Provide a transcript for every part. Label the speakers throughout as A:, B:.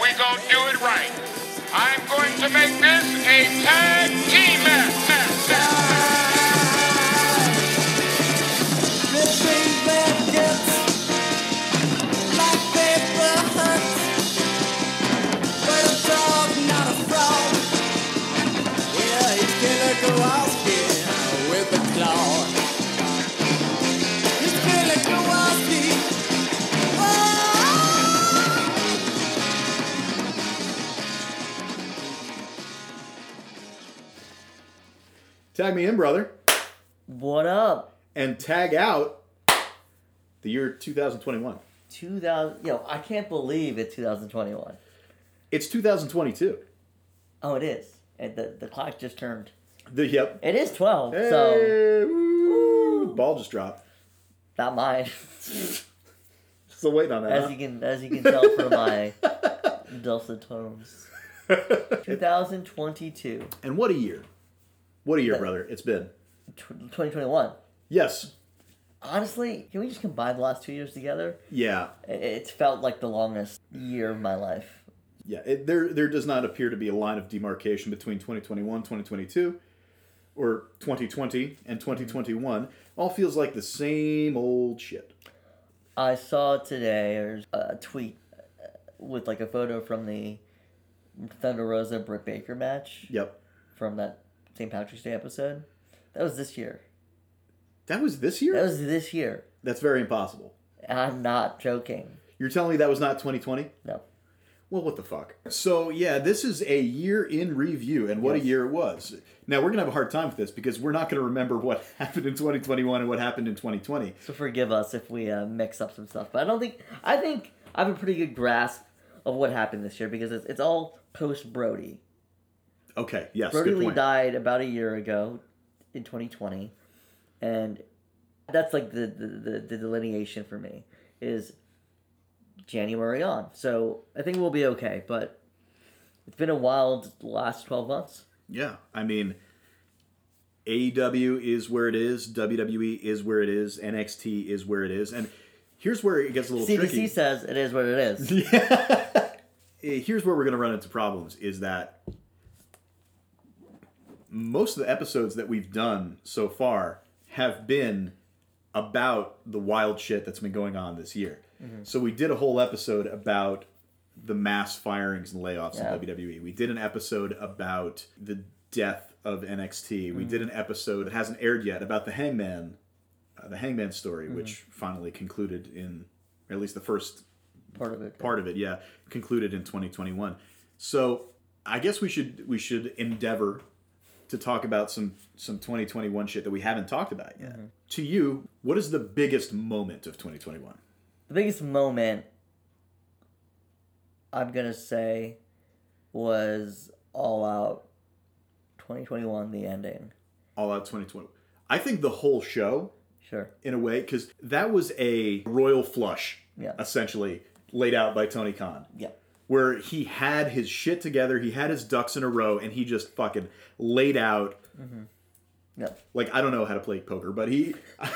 A: we're going to do it right. I'm going to make this a tag team match. match, match.
B: Living maggots like paper huts. But a dog, not a frog. Yeah, he's Killer Kowalski with a claw. He's Killer Kowalski. Oh,
C: Tag me in, brother.
D: What up?
C: And tag out the year 2021.
D: 2000. Yo, I can't believe it's 2021.
C: It's 2022.
D: Oh, it is. And the, the clock just turned.
C: The, yep.
D: It is 12,
C: Hey,
D: so
C: woo. Ball just dropped.
D: not mine.
C: Still waiting on that.
D: As
C: huh?
D: you can as you can tell from my dulcet tones. 2022.
C: and what a year. What a year, brother. It's been.
D: Tw- 2021.
C: Yes.
D: Honestly, can we just combine the last two years together?
C: Yeah.
D: I- It's felt like the longest year of my life.
C: Yeah. It, there, there does not appear to be a line of demarcation between 2021, 2022, or 2020 and 2021. All feels like the same old shit.
D: I saw today there's a tweet uh, with like a photo from the Thunder Rosa Britt Baker match
C: Yep.
D: from that St. Patrick's Day episode. That was this year.
C: That was this year?
D: That was this year.
C: That's very impossible.
D: And I'm not joking.
C: You're telling me that was not 2020?
D: No.
C: Well, what the fuck? So, yeah, this is a year in review, and what
D: Yes.
C: a year it was. Now, we're going to have a hard time with this because we're not going to remember what happened in 2021 and what happened in 2020.
D: So forgive us if we uh, mix up some stuff. But I don't think I think I have a pretty good grasp of what happened this year because it's, it's all post Brody.
C: Okay, yes,
D: Brody
C: good
D: Lee
C: point.
D: died about a year ago in 2020, and that's like the, the, the, the delineation for me is January on. So I think we'll be okay, but it's been a wild last 12 months.
C: Yeah, I mean, AEW is where it is, WWE is where it is, NXT is where it is, and here's where it gets a little
D: CDC
C: tricky.
D: says it is what it is.
C: Eh, Here's where we're going to run into problems is that most of the episodes that we've done so far have been about the wild shit that's been going on this year. So we did a whole episode about the mass firings and layoffs
D: Yeah.
C: in WWE. We did an episode about the death of NXT. We did an episode that hasn't aired yet about the Hangman, uh, the Hangman story, which finally concluded in, or at least the first
D: Part of it.
C: part of it, yeah, concluded in 2021. So I guess we should we should endeavor to talk about some some 2021 shit that we haven't talked about yet. To you, what is the biggest moment of 2021?
D: The biggest moment I'm gonna say was All Out 2021, the ending.
C: All out 2020. I think the whole show,
D: Sure.
C: in a way, because that was a royal flush,
D: Yeah.
C: essentially laid out by Tony Khan.
D: Yeah.
C: where he had his shit together, he had his ducks in a row, and he just fucking laid out.
D: Yeah.
C: Like I don't know how to play poker, but he,
D: I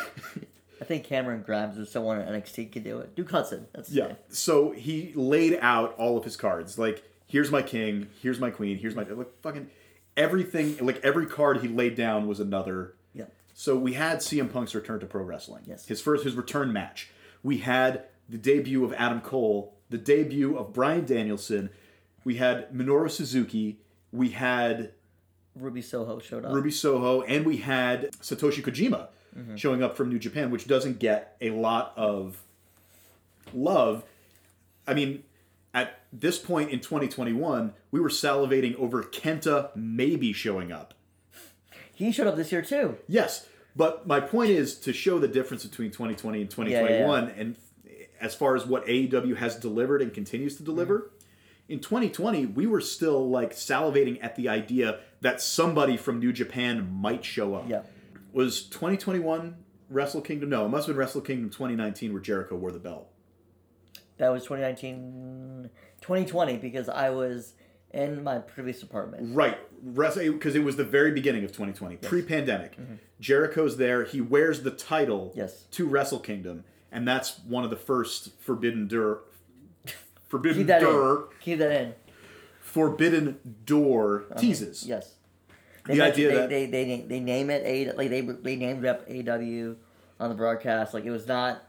D: think Cameron Grimes or someone at NXT could do it. Duke Hudson. That's his
C: yeah.
D: name.
C: So he laid out all of his cards. Like here's my king, here's my queen, here's my like fucking everything. Like every card he laid down was another
D: Yeah.
C: So we had CM Punk's return to pro wrestling.
D: Yes.
C: His first his return match. We had the debut of Adam Cole, the debut of Brian Danielson. We had Minoru Suzuki. We had
D: Ruby Soho showed up.
C: Ruby Soho, and we had Satoshi Kojima showing up from New Japan, which doesn't get a lot of love. I mean, at this point in 2021, we were salivating over Kenta maybe showing up.
D: He showed up this year too.
C: Yes, but my point is to show the difference between 2020 and 2021, and as far as what AEW has delivered and continues to deliver. In 2020, we were still like salivating at the idea that somebody from New Japan might show up.
D: Yeah.
C: Was 2021 Wrestle Kingdom? No, it must have been Wrestle Kingdom 2019 where Jericho wore the belt.
D: That was 2019, 2020 because I was in my previous apartment.
C: Right, because it was the very beginning of 2020, pre-pandemic. Jericho's there. He wears the title
D: Mm-hmm. Yes.
C: to Wrestle Kingdom, and that's one of the first Forbidden Door, Forbidden
D: Keep that
C: Door,
D: in. Keep that in.
C: Forbidden Door
D: Uh-huh.
C: teases.
D: Yes. They
C: The
D: mentioned-
C: idea
D: they,
C: that-
D: they, they they name it a like they they named up AW on the broadcast like it was not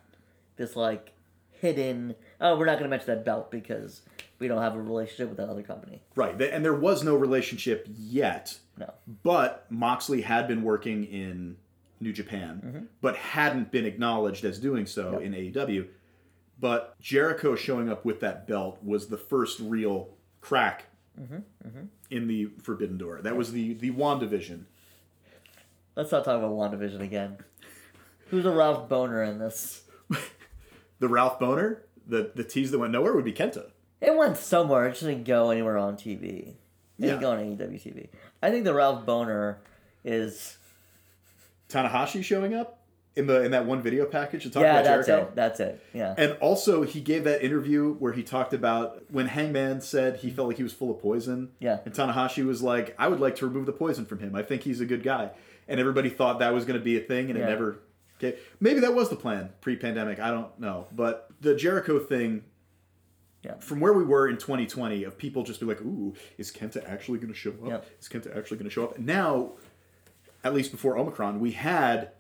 D: this like hidden oh we're not gonna mention that belt because we don't have a relationship with that other company
C: Right. th- And there was no relationship yet.
D: no
C: But Moxley had been working in New Japan,
D: Mm-hmm.
C: but hadn't been acknowledged as doing so in AEW. But Jericho showing up with that belt was the first real crack
D: Mm-hmm,
C: in the Forbidden Door. That was the the Wandavision.
D: let's not talk about Wandavision again who's a Ralph Boner in this
C: The Ralph Boner, the the tease that went nowhere would be Kenta.
D: it went somewhere it just didn't go anywhere on TV it
C: Yeah.
D: didn't go on E AEW TV I think the Ralph Boner is
C: Tanahashi showing up in the in that one video package to talk
D: yeah
C: about
D: that's
C: Jericho.
D: it that's it yeah
C: And also, he gave that interview where he talked about when Hangman said he felt like he was full of poison.
D: Yeah.
C: And Tanahashi was like, I would like to remove the poison from him. I think he's a good guy. And everybody thought that was going to be a thing, and it
D: Yeah.
C: never. Okay. Maybe that was the plan pre pandemic. I don't know. But the Jericho thing.
D: Yeah.
C: From where we were in 2020, of people just be like, "Ooh, is Kenta actually going to show up?
D: Yep.
C: Is Kenta actually going to show up?" Now, at least before Omicron, we had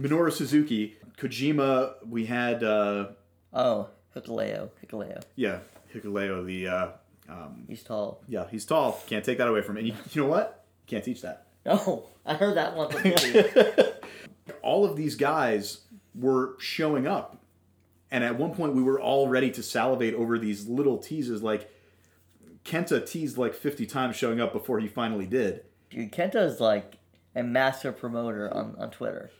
C: Minoru Suzuki, Kojima, we had uh,
D: oh Hikaleo Hikaleo
C: yeah, Hikuleo, the uh,
D: he's tall
C: yeah, he's tall. Can't take that away from him. And you, you know what? Can't teach that.
D: No, I heard that one. on the radio.
C: All of these guys were showing up, and at one point we were all ready to salivate over these little teases. Like Kenta teased like fifty times showing up before he finally did.
D: Dude, Kenta is like a master promoter on, on Twitter.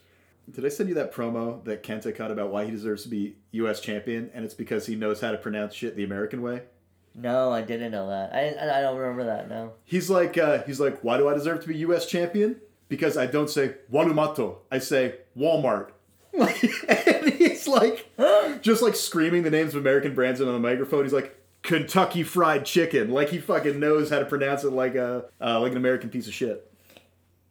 C: Did I send you that promo that Kenta cut about why he deserves to be U.S. champion, and it's because he knows how to pronounce shit the American way?
D: No, I didn't know that. I, I I don't remember that. No.
C: He's like, uh, he's like, why do I deserve to be U.S. champion? Because I don't say Walumato, I say Walmart. Like, and he's like, just like screaming the names of American brands on the microphone. He's like, Kentucky Fried Chicken. Like he fucking knows how to pronounce it like a uh, like an American piece of shit.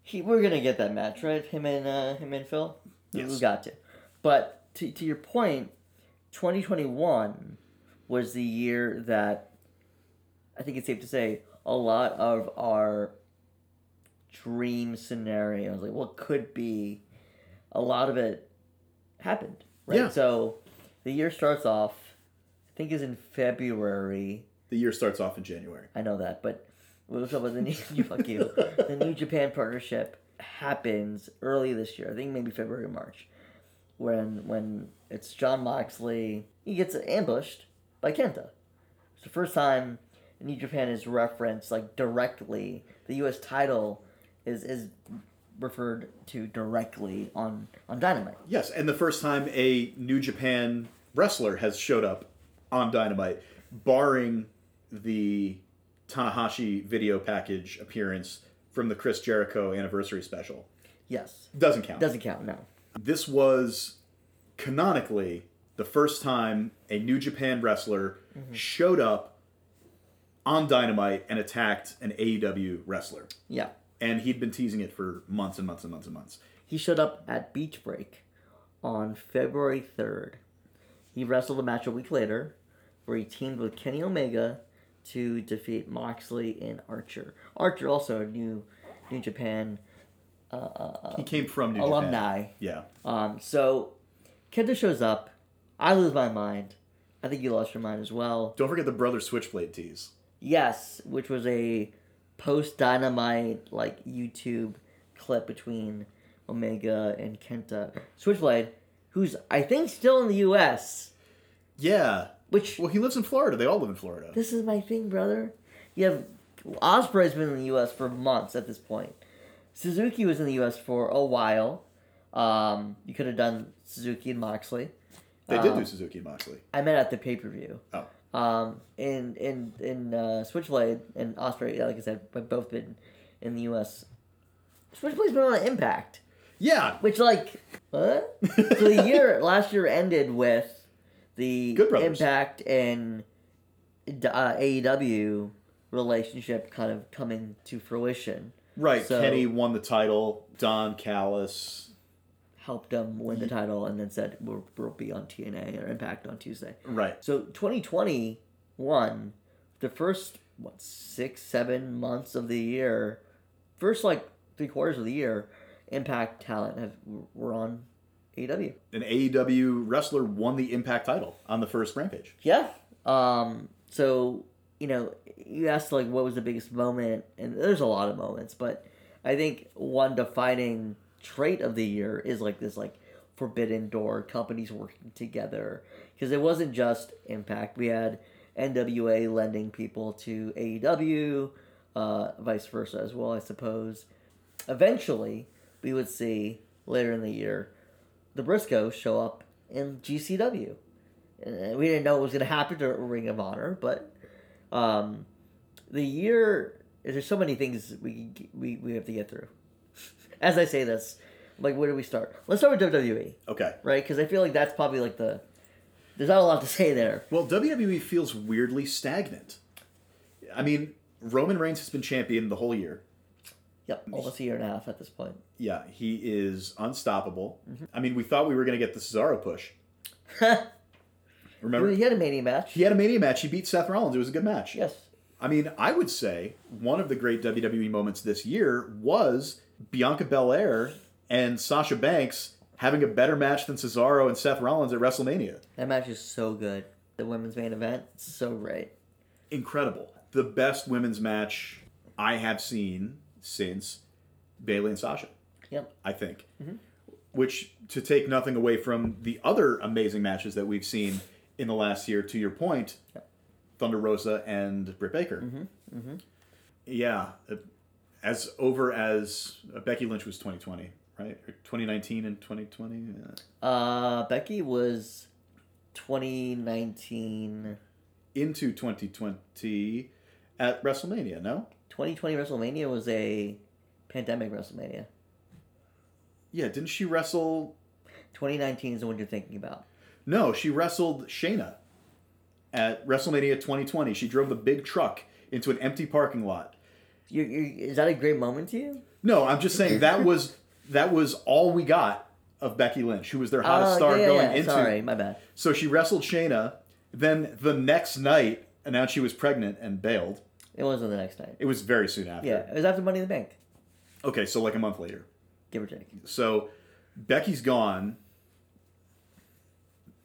D: He, we're gonna get that match, right? Him and uh, him and Phil. We-
C: Yes.
D: We got to. But to to your point, 2021 was the year that I think it's safe to say a lot of our dream scenarios, like what could be, a lot of it happened. Right.
C: Yeah.
D: So the year starts off. I think is in February.
C: The year starts off in January.
D: I know that, but we'll talk about the new fuck you. The new Japan partnership happens early this year. I think maybe February or March, when when it's John Moxley. He gets ambushed by Kenta. It's the first time New Japan is referenced like directly. The U.S. title is is referred to directly on on Dynamite.
C: Yes, and the first time a New Japan wrestler has showed up on Dynamite, barring the Tanahashi video package appearance from the Chris Jericho anniversary special.
D: Yes,
C: Doesn't count.
D: doesn't count. No,
C: This was canonically the first time a New Japan wrestler
D: Mm-hmm.
C: showed up on Dynamite and attacked an AEW wrestler.
D: yeah.
C: And he'd been teasing it for months and months and months and months.
D: He showed up at Beach Break on February 3rd. He wrestled a match a week later where he teamed with Kenny Omega to defeat Moxley and Archer. Archer also a new New Japan.
C: he came from New Japan.
D: Uh, alumni.
C: Yeah.
D: Um, so Kenta shows up. I lose my mind. I think you lost your mind as well.
C: Don't forget the brother switchblade tease.
D: Yes, which was a post Dynamite like YouTube clip between Omega and Kenta Switchblade, who's I think still in the U.S.
C: Yeah.
D: Which
C: Well, he lives in Florida. They all live in Florida.
D: this is my thing, brother. You have Osprey's been in the U.S. for months at this point. Suzuki was in the U.S. for a while. Um, you could have done Suzuki and Moxley.
C: They did
D: Oh.
C: do Suzuki and Moxley.
D: I met at the pay per view.
C: Oh,
D: Um, in in in uh, Switchblade and Osprey, like I said, have both been in the U.S. Switchblade's been on Impact,
C: yeah.
D: which like what? so the year last year ended with the
C: Good Brothers.
D: Impact and uh, AEW relationship kind of coming to fruition.
C: Right.
D: So-
C: Kenny won the title. Don Callis.
D: Helped them win the title, and then said we'll, we'll be on TNA or Impact on Tuesday.
C: Right.
D: So 2020 one, the first what six seven months of the year, first like three quarters of the year, Impact talent have were on E AEW.
C: An AEW wrestler won the Impact title on the first Rampage.
D: Yeah. Um. So you know, you asked like what was the biggest moment, and there's a lot of moments, but I think one defining trait of the year is like this like forbidden door companies working together because it wasn't just Impact. We had NWA lending people to AEW, uh, vice versa as well, I suppose. Eventually, we would see later in the year the Briscoes show up in GCW. And Eh, we didn't know what was going to happen to Ring of Honor, but um, the year there's so many things we we we have to get through. As I say this, like where do we start? Let's start with WWE,
C: Okay.
D: right? Because I feel like that's probably like the there's not a lot to say there.
C: Well, WWE feels weirdly stagnant. I mean, Roman Reigns has been champion the whole year.
D: Yep, almost a year and a half at this point.
C: Yeah, he is unstoppable.
D: Mm-hmm.
C: I mean, we thought we were going to get the Cesaro push. Remember?
D: He had a mania match.
C: He had a Mania match. He beat Seth Rollins. It was a good match.
D: Yes.
C: I mean, I would say one of the great WWE moments this year was Bianca Belair and Sasha Banks having a better match than Cesaro and Seth Rollins at WrestleMania.
D: That match is so good. The women's main event, so great.
C: Incredible. The best women's match I have seen since Bailey and Sasha,
D: Yep.
C: I think. Which, to take nothing away from the other amazing matches that we've seen in the last year, to your point, Thunder Rosa and Britt Baker. Yeah, uh, as over as uh, Becky Lynch was 2020, right? Or 2019 and 2020. uh,
D: Uh, Becky was 2019,
C: into 2020 at WrestleMania, no?
D: 2020 WrestleMania was a pandemic WrestleMania.
C: Yeah, didn't she wrestle?
D: 2019 is the one you're thinking about.
C: No, she wrestled Shayna at WrestleMania 2020. She drove the big truck into an empty parking lot.
D: You, you, is that a great moment to you?
C: No, I'm just saying that was that was all we got of Becky Lynch, who was their hottest
D: Oh,
C: star
D: yeah, yeah,
C: going
D: yeah.
C: into
D: Sorry, my bad.
C: So she wrestled Shayna, then the next night announced she was pregnant and bailed.
D: It wasn't the next night.
C: It was very soon after.
D: Yeah, it was after Money in the Bank,
C: Okay, so like a month later.
D: give or take.
C: So Becky's gone.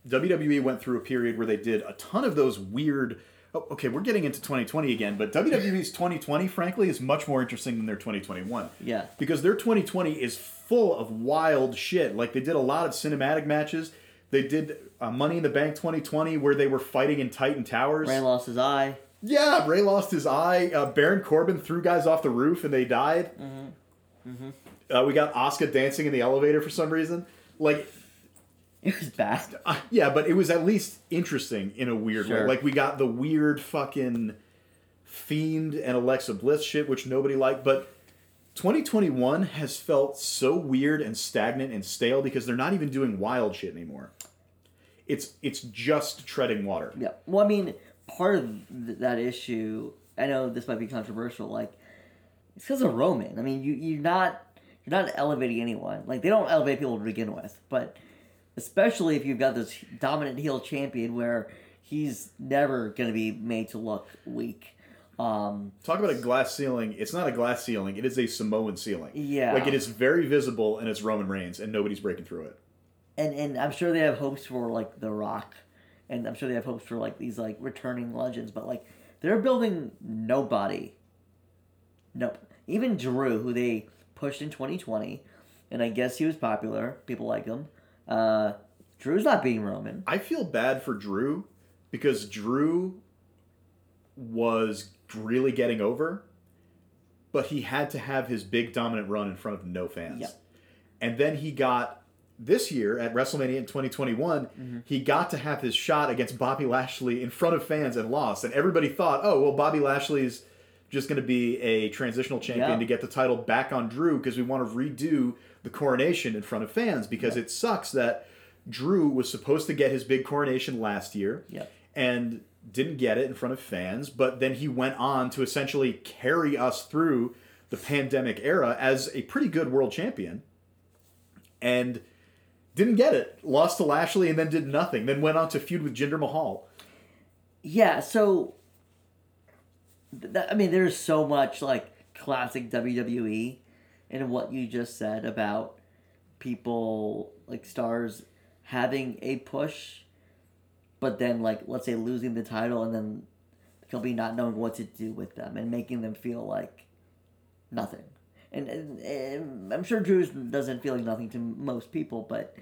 C: WWE went through a period where they did a ton of those weird. Oh, okay, we're getting into 2020 again, but WWE's 2020, frankly, is much more interesting than their 2021.
D: Yeah.
C: Because their 2020 is full of wild shit. Like, they did a lot of cinematic matches. They did uh, Money in the Bank 2020, where they were fighting in Titan Towers.
D: Rand lost his eye.
C: Yeah, Ray lost his eye. Uh, Baron Corbin threw guys off the roof and they died. Uh, we got Oscar dancing in the elevator for some reason. Like,
D: It was bad.
C: uh, yeah, but it was at least interesting in a weird way.
D: Sure.
C: Like, we got the weird fucking Fiend and Alexa Bliss shit, which nobody liked. But 2021 has felt so weird and stagnant and stale because they're not even doing wild shit anymore. It's it's just treading water.
D: Yeah. Well, I mean, part of th- that issue, I know this might be controversial. Like, it's because of Roman. I mean, you you're not you're not elevating anyone. Like, they don't elevate people to begin with, but especially if you've got this dominant heel champion where he's never going to be made to look weak. Um,
C: Talk about a glass ceiling. It's not a glass ceiling. It is a Samoan ceiling.
D: Yeah.
C: Like it is very visible and it's Roman Reigns and nobody's breaking through it.
D: and and I'm sure they have hopes for like The Rock, and I'm sure they have hopes for like these like returning legends, but like they're building nobody. Nope. Even Drew, who they pushed in 2020, and I guess he was popular. People like him. Uh, Drew's not beating Roman.
C: I feel bad for Drew because Drew was really getting over, but he had to have his big dominant run in front of no fans.
D: Yeah.
C: And then he got this year at WrestleMania in 2021,
D: Mm-hmm.
C: he got to have his shot against Bobby Lashley in front of fans and lost. And everybody thought, oh, well, Bobby Lashley's just going to be a transitional champion
D: Yeah.
C: to get the title back on Drew because we want to redo the coronation in front of fans because it sucks that Drew was supposed to get his big coronation last year
D: Yep.
C: and didn't get it in front of fans, but then he went on to essentially carry us through the pandemic era as a pretty good world champion and didn't get it. Lost to Lashley and then did nothing. Then went on to feud with Jinder Mahal.
D: yeah, so th- that, I mean, there's so much like classic E WWE in what you just said about people like stars having a push, but then like let's say losing the title and then the company not knowing what to do with them and making them feel like nothing. And, and, and I'm sure Drew doesn't feel like nothing to most people, but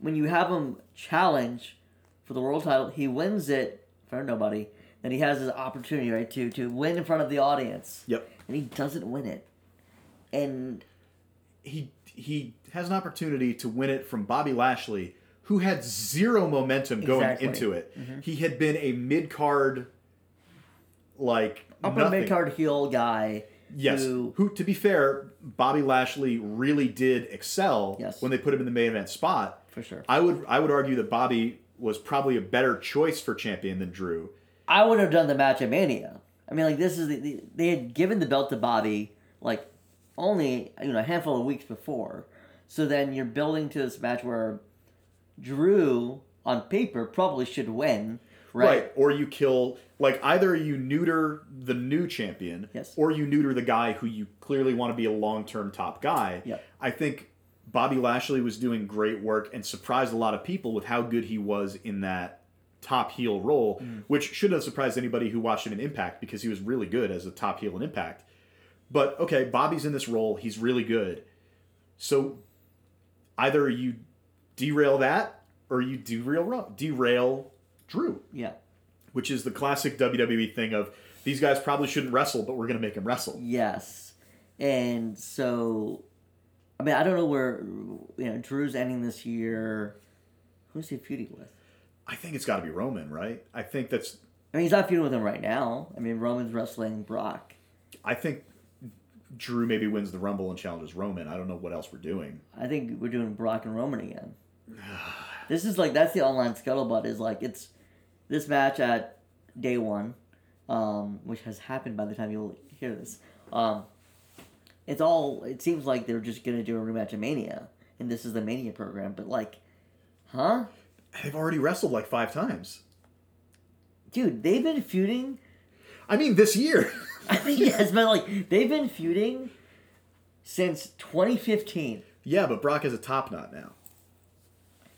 D: when you have him challenge for the world title, he wins it in front of nobody. Then he has his opportunity, right, to to win in front of the audience.
C: Yep.
D: And he doesn't win it. And
C: he he has an opportunity to win it from Bobby Lashley, who had zero momentum going
D: Exactly. Mm-hmm.
C: into it. He had been a mid card, like
D: upper
C: nothing.
D: mid card heel guy.
C: Yes,
D: Who,
C: who, to be fair, Bobby Lashley really did excel
D: Yes.
C: when they put him in the main event spot.
D: For sure.
C: I would I would argue that Bobby was probably a better choice for champion than Drew.
D: I would have done the match at Mania. I mean, like this is the, the, they had given the belt to Bobby like only you know a handful of weeks before. So then you're building to this match where Drew on paper probably should win, right?
C: Or you kill like either you neuter the new champion
D: Yes.
C: or you neuter the guy who you clearly want to be a long-term top guy.
D: Yep.
C: I think Bobby Lashley was doing great work and surprised a lot of people with how good he was in that top heel role,
D: Mm.
C: which shouldn't have surprised anybody who watched him in Impact because he was really good as a top heel in Impact. But okay, Bobby's in this role, he's really good. So either you derail that or you derail Ro- derail Drew
D: Yeah.
C: which is the classic WWE thing of these guys probably shouldn't wrestle, but we're going to make them wrestle.
D: Yes. And so, I mean, I don't know where, you know, Drew's ending this year. Who's he feuding with?
C: I think it's got to be Roman, right? I think that's.
D: I mean, he's not feuding with him right now. I mean, Roman's wrestling Brock.
C: I think Drew maybe wins the Rumble and challenges Roman. I don't know what else we're doing.
D: I think we're doing Brock and Roman again. this is like, that's the online scuttlebutt is like, it's this match at day one, um, which has happened by the time you'll hear this. Um, it's all, it seems like they're just going to do a rematch of Mania. And this is the Mania program, but like, huh?
C: They've already wrestled like five times.
D: dude, they've been feuding.
C: I mean, this year.
D: I think it has been like they've been feuding since 2015.
C: yeah, but Brock is a top knot now.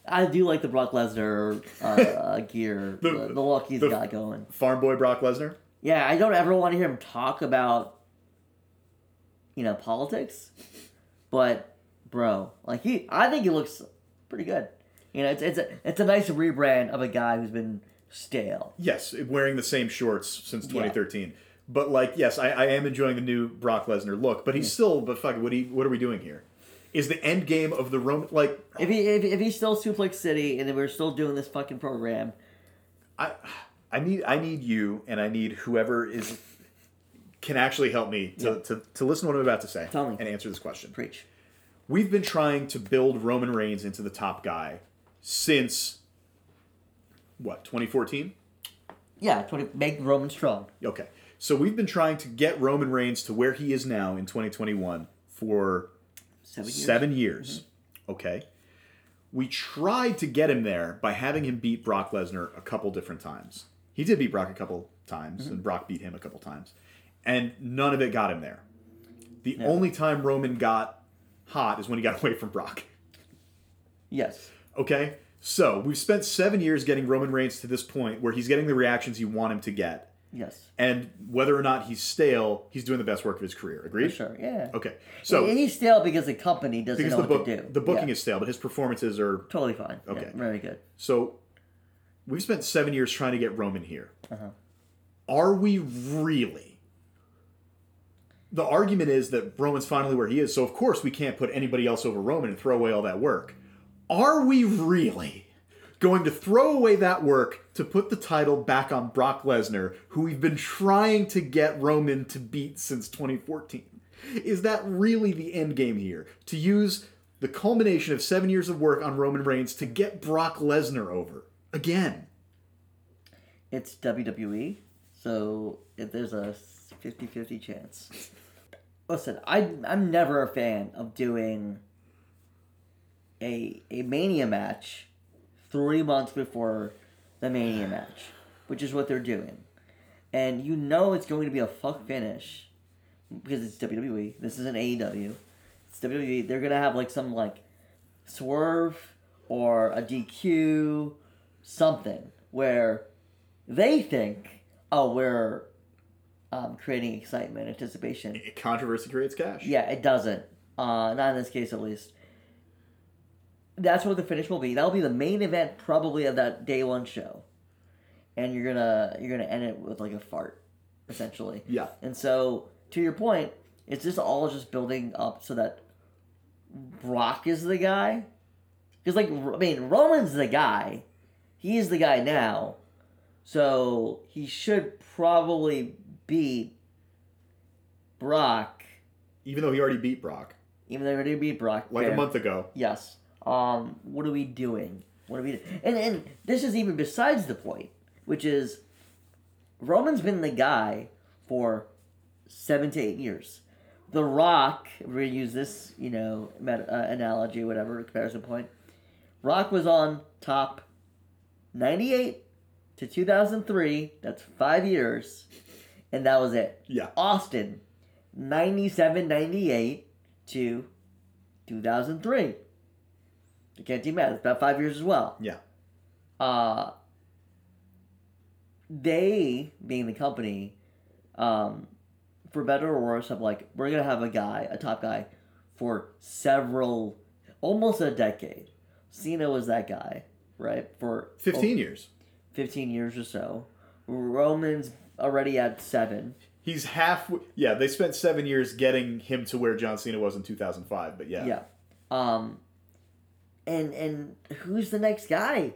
D: I do like the Brock Lesnar uh, uh, gear, the,
C: The-
D: the, look he's
C: the-
D: got going.
C: Farm boy Brock Lesnar.
D: Yeah, I don't ever want to hear him talk about, you know, politics, but bro, like he, I think he looks pretty good. You know, it's it's a it's a nice rebrand of a guy who's been stale.
C: Yes, wearing the same shorts since
D: Yeah.
C: 2013. But like, yes, I, I am enjoying the new Brock Lesnar look, but he's still. But fuck, what, he, what are we doing here? Is the end game of the Roman like?
D: If he if, if he's still Suplex City and we're still doing this fucking program,
C: I I need I need you and I need whoever is can actually help me to, to, to listen to what I'm about to say
D: Tell me.
C: and answer this question.
D: preach.
C: We've been trying to build Roman Reigns into the top guy since what, 2014?
D: Yeah, 20, make Roman strong.
C: Okay. So we've been trying to get Roman Reigns to where he is now in 2021 for
D: Seven years.
C: seven years.
D: Mm-hmm.
C: Okay. We tried to get him there by having him beat Brock Lesnar a couple different times. He did beat Brock a couple times,
D: Mm-hmm.
C: and Brock beat him a couple times. And none of it got him there. The only time Roman got hot is when he got away from Brock.
D: Yes.
C: Okay? So we've spent seven years getting Roman Reigns to this point where he's getting the reactions you want him to get.
D: Yes.
C: And whether or not he's stale, he's doing the best work of his career.
D: For
C: Agreed?
D: sure. Yeah.
C: Okay. So
D: And he's stale because the company doesn't
C: because
D: know
C: the book
D: what to do.
C: the booking
D: Yeah.
C: is stale, but his performances are
D: totally fine. Okay.
C: Okay.
D: very good.
C: So we've spent seven years trying to get Roman here. Are we really? The argument is that Roman's finally where he is, so of course we can't put anybody else over Roman and throw away all that work. Are we really going to throw away that work to put the title back on Brock Lesnar, who we've been trying to get Roman to beat since 2014? Is that really the end game here? To use the culmination of seven years of work on Roman Reigns to get Brock Lesnar over again?
D: It's WWE, so if there's a 50-50 chance. Listen, I I'm never a fan of doing a a mania match three months before the mania match. which is what they're doing. And you know it's going to be a fuck finish because it's WWE. This isn't AEW. E It's WWE. They're gonna have like some like swerve or a DQ, something where they think, oh, we're um, creating excitement, anticipation.
C: Controversy creates cash.
D: Yeah, it doesn't. Uh, not in this case, at least. That's what the finish will be. That'll be the main event probably of that day one show, and you're gonna you're gonna end it with like a fart, essentially.
C: Yeah.
D: And so, to your point, it's just all just building up so that Brock is the guy, because like I mean Roman's the guy, he is the guy now, so he should probably beat Brock
C: Even though he already beat Brock
D: even though they already beat Brock.
C: like
D: Fair.
C: a month ago.
D: Yes. Um, what are we doing? What are we doing? And, and this is even besides the point, which is Roman's been the guy for seven to eight years. The Rock, we're going to use this, you know, met, uh, analogy, whatever, comparison point. Rock was on top 98 to 2003. That's five years. And that was it.
C: Yeah.
D: Austin, 97 98 to 2003. You can't do math. It's about five years as well.
C: Yeah.
D: Uh, they, being the company, um, for better or worse, have like, we're going to have a guy, a top guy, for several, almost a decade. Cena was that guy, right? For
C: 15
D: oh,
C: years.
D: 15 years or so. Roman's already at seven.
C: He's half. Yeah, they spent seven years getting him to where John Cena was in 2005. But yeah,
D: Yeah. Um and and who's the next guy?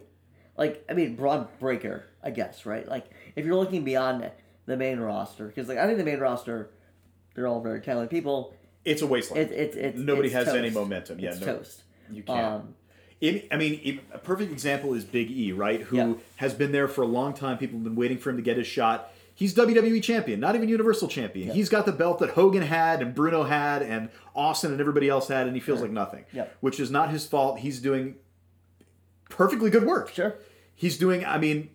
D: Like I mean Braun Breaker, I guess, right? Like if you're looking beyond the main roster cuz like I think the main roster they're all very talented people.
C: it's a wasteland.
D: It's it's it's
C: Nobody
D: it's
C: has any
D: toast.
C: momentum. Yeah,
D: it's
C: no-
D: toast.
C: you can't.
D: Um
C: It, I mean, it, a perfect example is Big E, right? Who
D: Yeah.
C: has been there for a long time. People have been waiting for him to get his shot. He's WWE champion, not even Universal champion. He's got the belt that Hogan had and Bruno had and Austin and everybody else had, and he feels like nothing.
D: Yep.
C: Which is not his fault. He's doing perfectly good work.
D: sure.
C: He's doing. I mean,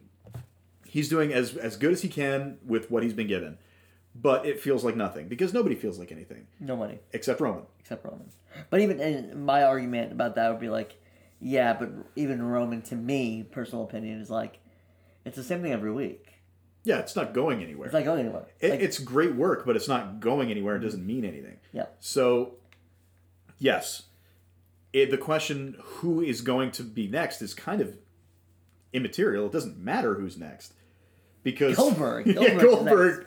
C: he's doing as as good as he can with what he's been given, but it feels like nothing because nobody feels like anything
D: No money
C: except Roman.
D: except Roman. But even and my argument about that would be like yeah, but even Roman to me, personal opinion is like it's the same thing every week.
C: Yeah, it's not going anywhere.
D: It's not going anywhere.
C: It,
D: Like,
C: it's great work, but it's not going anywhere. It doesn't mean anything.
D: yeah.
C: So, yes, it, the question who is going to be next is kind of immaterial. It doesn't matter who's next because
D: Goldberg.
C: yeah,
D: Goldberg's
C: Goldberg.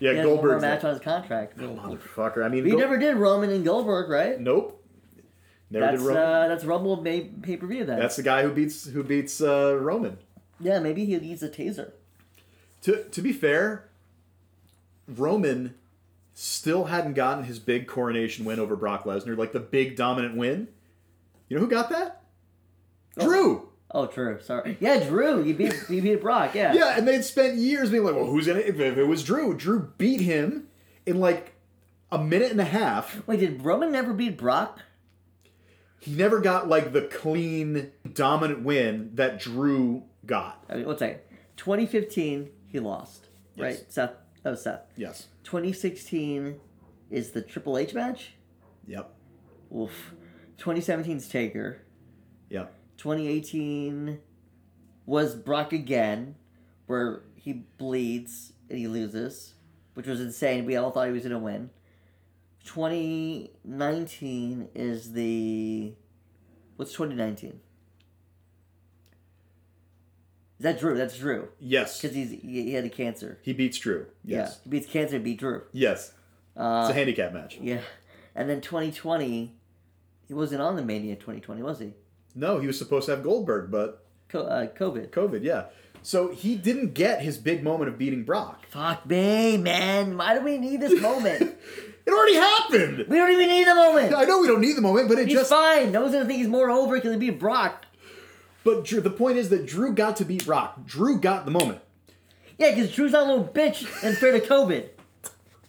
C: Yeah,
D: He has one more
C: Goldberg's
D: match
C: next.
D: on his contract.
C: Motherfucker. I mean,
D: We
C: Gol-
D: never did Roman and Goldberg, right?
C: Nope. Never
D: that's
C: did Roman.
D: uh, that's Rumble pay pay per view then.
C: That's the guy who beats who beats uh, Roman.
D: yeah, maybe he needs a taser.
C: To to be fair, Roman still hadn't gotten his big coronation win over Brock Lesnar, like the big dominant win. You know who got that? Drew.
D: Oh, true. Sorry. Yeah, Drew. You beat you beat Brock. Yeah.
C: Yeah, and they'd spent years being like, "Well, who's gonna?" If, if it was Drew, Drew beat him in like a minute and a half.
D: Wait, did Roman never beat Brock?
C: He never got like the clean dominant win that Drew got.
D: I mean, one second. 2015, he lost.
C: Yes.
D: Right, Seth. That was Seth.
C: Yes.
D: 2016 is the Triple H match.
C: Yep.
D: Oof. 2017's Taker.
C: Yep.
D: 2018 was Brock again, where he bleeds and he loses, which was insane. We all thought he was going to win. 2019 is the. What's 2019? Is that Drew? That's Drew.
C: Yes.
D: Because he's he he had a cancer.
C: He beats Drew. Yes.
D: Yeah. He beats cancer, beat Drew.
C: Yes.
D: Uh,
C: it's a handicap match.
D: Yeah. And then 2020, he wasn't on the Mania 2020, was he?
C: No, he was supposed to have Goldberg, but
D: Co- uh, COVID.
C: COVID, yeah. So he didn't get his big moment of beating Brock.
D: Fuck me, man. Why do we need this moment?
C: It already happened.
D: we don't even need the moment.
C: I know we don't need the moment, but it
D: He's
C: just.
D: fine. No one's gonna think he's more over because he beat Brock.
C: But Drew, the point is that Drew got to beat Brock. Drew got the moment.
D: Yeah, because Drew's not a little bitch and fair to COVID.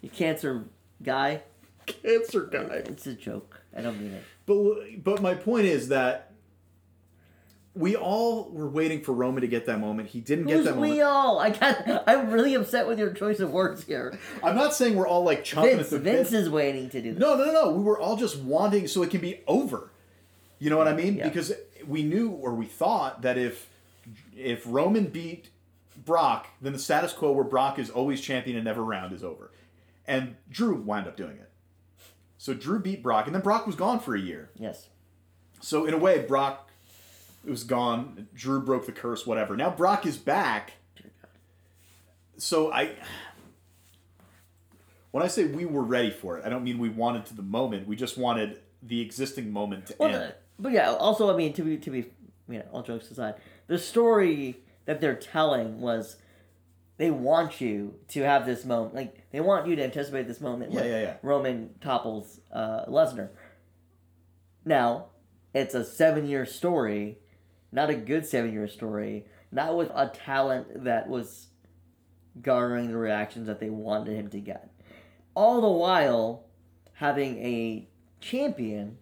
D: You cancer guy.
C: Cancer guy.
D: It's a joke. I don't mean it.
C: But but my point is that we all were waiting for Roman to get that moment. He didn't get
D: Who's
C: that moment.
D: we all? I got. I'm really upset with your choice of words here.
C: I'm not saying we're all like chomping
D: Vince,
C: at the
D: Vince
C: bit.
D: is waiting to do this.
C: No, no, no, no. We were all just wanting so it can be over. You know what I mean?
D: Yeah.
C: Because we knew or we thought that if if Roman beat Brock, then the status quo where Brock is always champion and never round is over. And Drew wound up doing it. So Drew beat Brock, and then Brock was gone for a year.
D: Yes.
C: So in a way, Brock was gone. Drew broke the curse, whatever. Now Brock is back. So I, when I say we were ready for it, I don't mean we wanted to the moment. We just wanted the existing moment to
D: Well,
C: end.
D: the- but yeah. Also, I mean, to be to be, you know, all jokes aside, the story that they're telling was they want you to have this moment. Like they want you to anticipate this moment.
C: Yeah,
D: where
C: yeah, yeah.
D: Roman topples uh, Lesnar. Now, it's a seven-year story, not a good seven-year story. Not with a talent that was garnering the reactions that they wanted him to get. All the while having a champion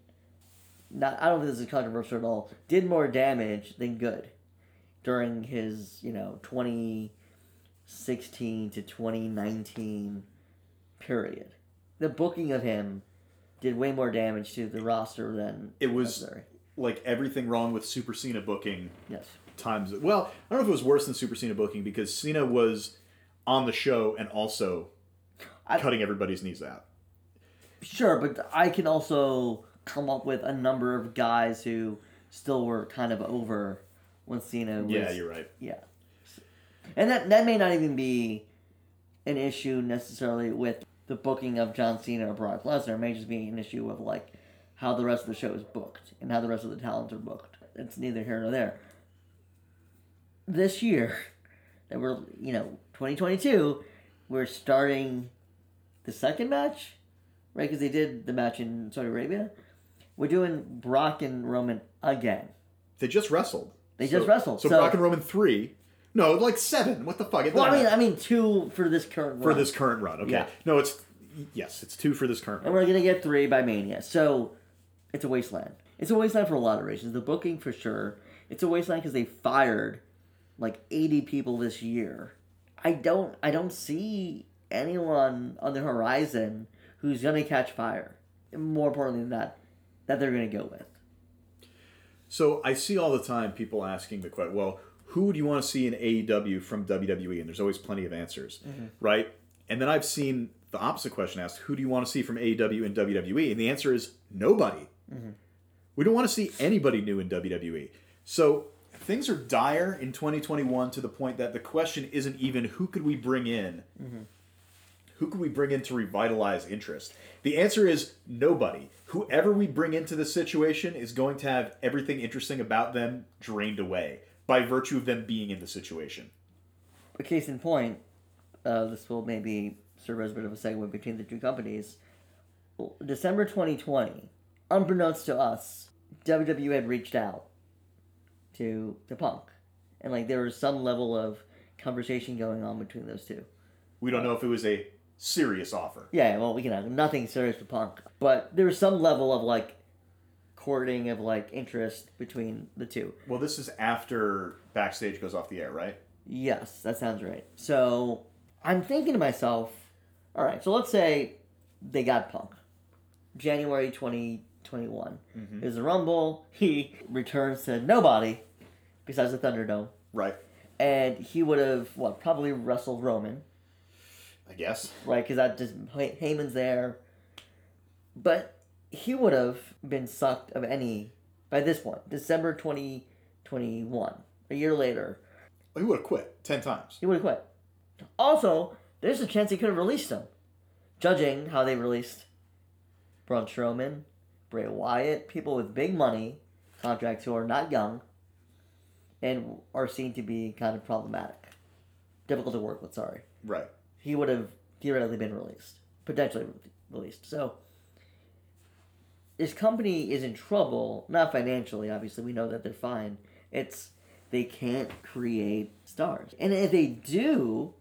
D: not I don't think this is controversial at all, did more damage than good during his, you know, 2016 to 2019 period. The booking of him did way more damage to the roster than
C: It was-
D: necessary.
C: like everything wrong with Super Cena booking
D: Yes.
C: times. Well, I don't know if it was worse than Super Cena booking because Cena was on the show and also
D: I-
C: cutting everybody's knees out.
D: Sure, but I can also come up with a number of guys who still were kind of over when Cena was
C: Yeah, you're right.
D: Yeah. And that that may not even be an issue necessarily with the booking of John Cena or Brock Lesnar. It may just be an issue of like how the rest of the show is booked and how the rest of the talents are booked. It's neither here nor there. This year that we're you know, twenty twenty two, we're starting the second match, right? Because they did the match in Saudi Arabia. We're doing Brock and Roman again.
C: They just wrestled.
D: They
C: So-
D: just wrestled.
C: So,
D: So-
C: Brock and Roman three. No, like seven. What the fuck? It
D: Well, I
C: doesn't
D: mean, I
C: matter.
D: mean two for this current
C: for
D: run.
C: this current run. Okay.
D: Yeah.
C: No, it's yes, it's two for this current
D: and
C: run.
D: we're gonna get three by Mania. So it's a wasteland. It's a wasteland for a lot of reasons. The booking for sure. It's a wasteland because they fired like eighty people this year. I don't. I don't see anyone on the horizon who's gonna catch fire. And more importantly than that, that they're gonna go with.
C: So I see all the time people asking the question, well, who do you want to see in AEW from WWE? And there's always plenty of answers, right? And then I've seen the opposite question asked, who do you want to see from AEW and WWE? And the answer is nobody. We don't want to see anybody new in WWE. So things are dire in 2021 to the point that the question isn't even who could we bring in? Who could we bring in to revitalize interest? The answer is nobody. Whoever we bring into this situation is going to have everything interesting about them drained away by virtue of them being in the situation.
D: A case in point, uh, this will maybe serve as a bit of a segue between the two companies. December 2020, unbeknownst to us, WWE had reached out to to Punk, and like there was some level of conversation going on between those two.
C: We don't know if it was a serious offer.
D: Yeah, well, you know, nothing serious with Punk, but there was some level of like courting of like interest between the two.
C: Well, this is after Backstage goes off the air, right?
D: Yes, that sounds right. So I'm thinking to myself, all right, so let's say they got Punk. January 2021 is the Rumble. He returns to nobody besides the Thunderdome.
C: Right.
D: And he would have, what, probably wrestled Roman,
C: I guess.
D: right? Because that just, Hey- Heyman's there. But he would have been sucked of any by this point, December 2021, a year later.
C: He would have quit 10 times.
D: He would have quit. Also, there's a chance they could have released him. Judging how they released Braun Strowman, Bray Wyatt, people with big money contracts who are not young and are seen to be kind of problematic. Difficult to work with, sorry.
C: Right.
D: He would have theoretically been released, potentially released. So, this company is in trouble, not financially, obviously, we know that they're fine. It's they can't create stars. And if they do,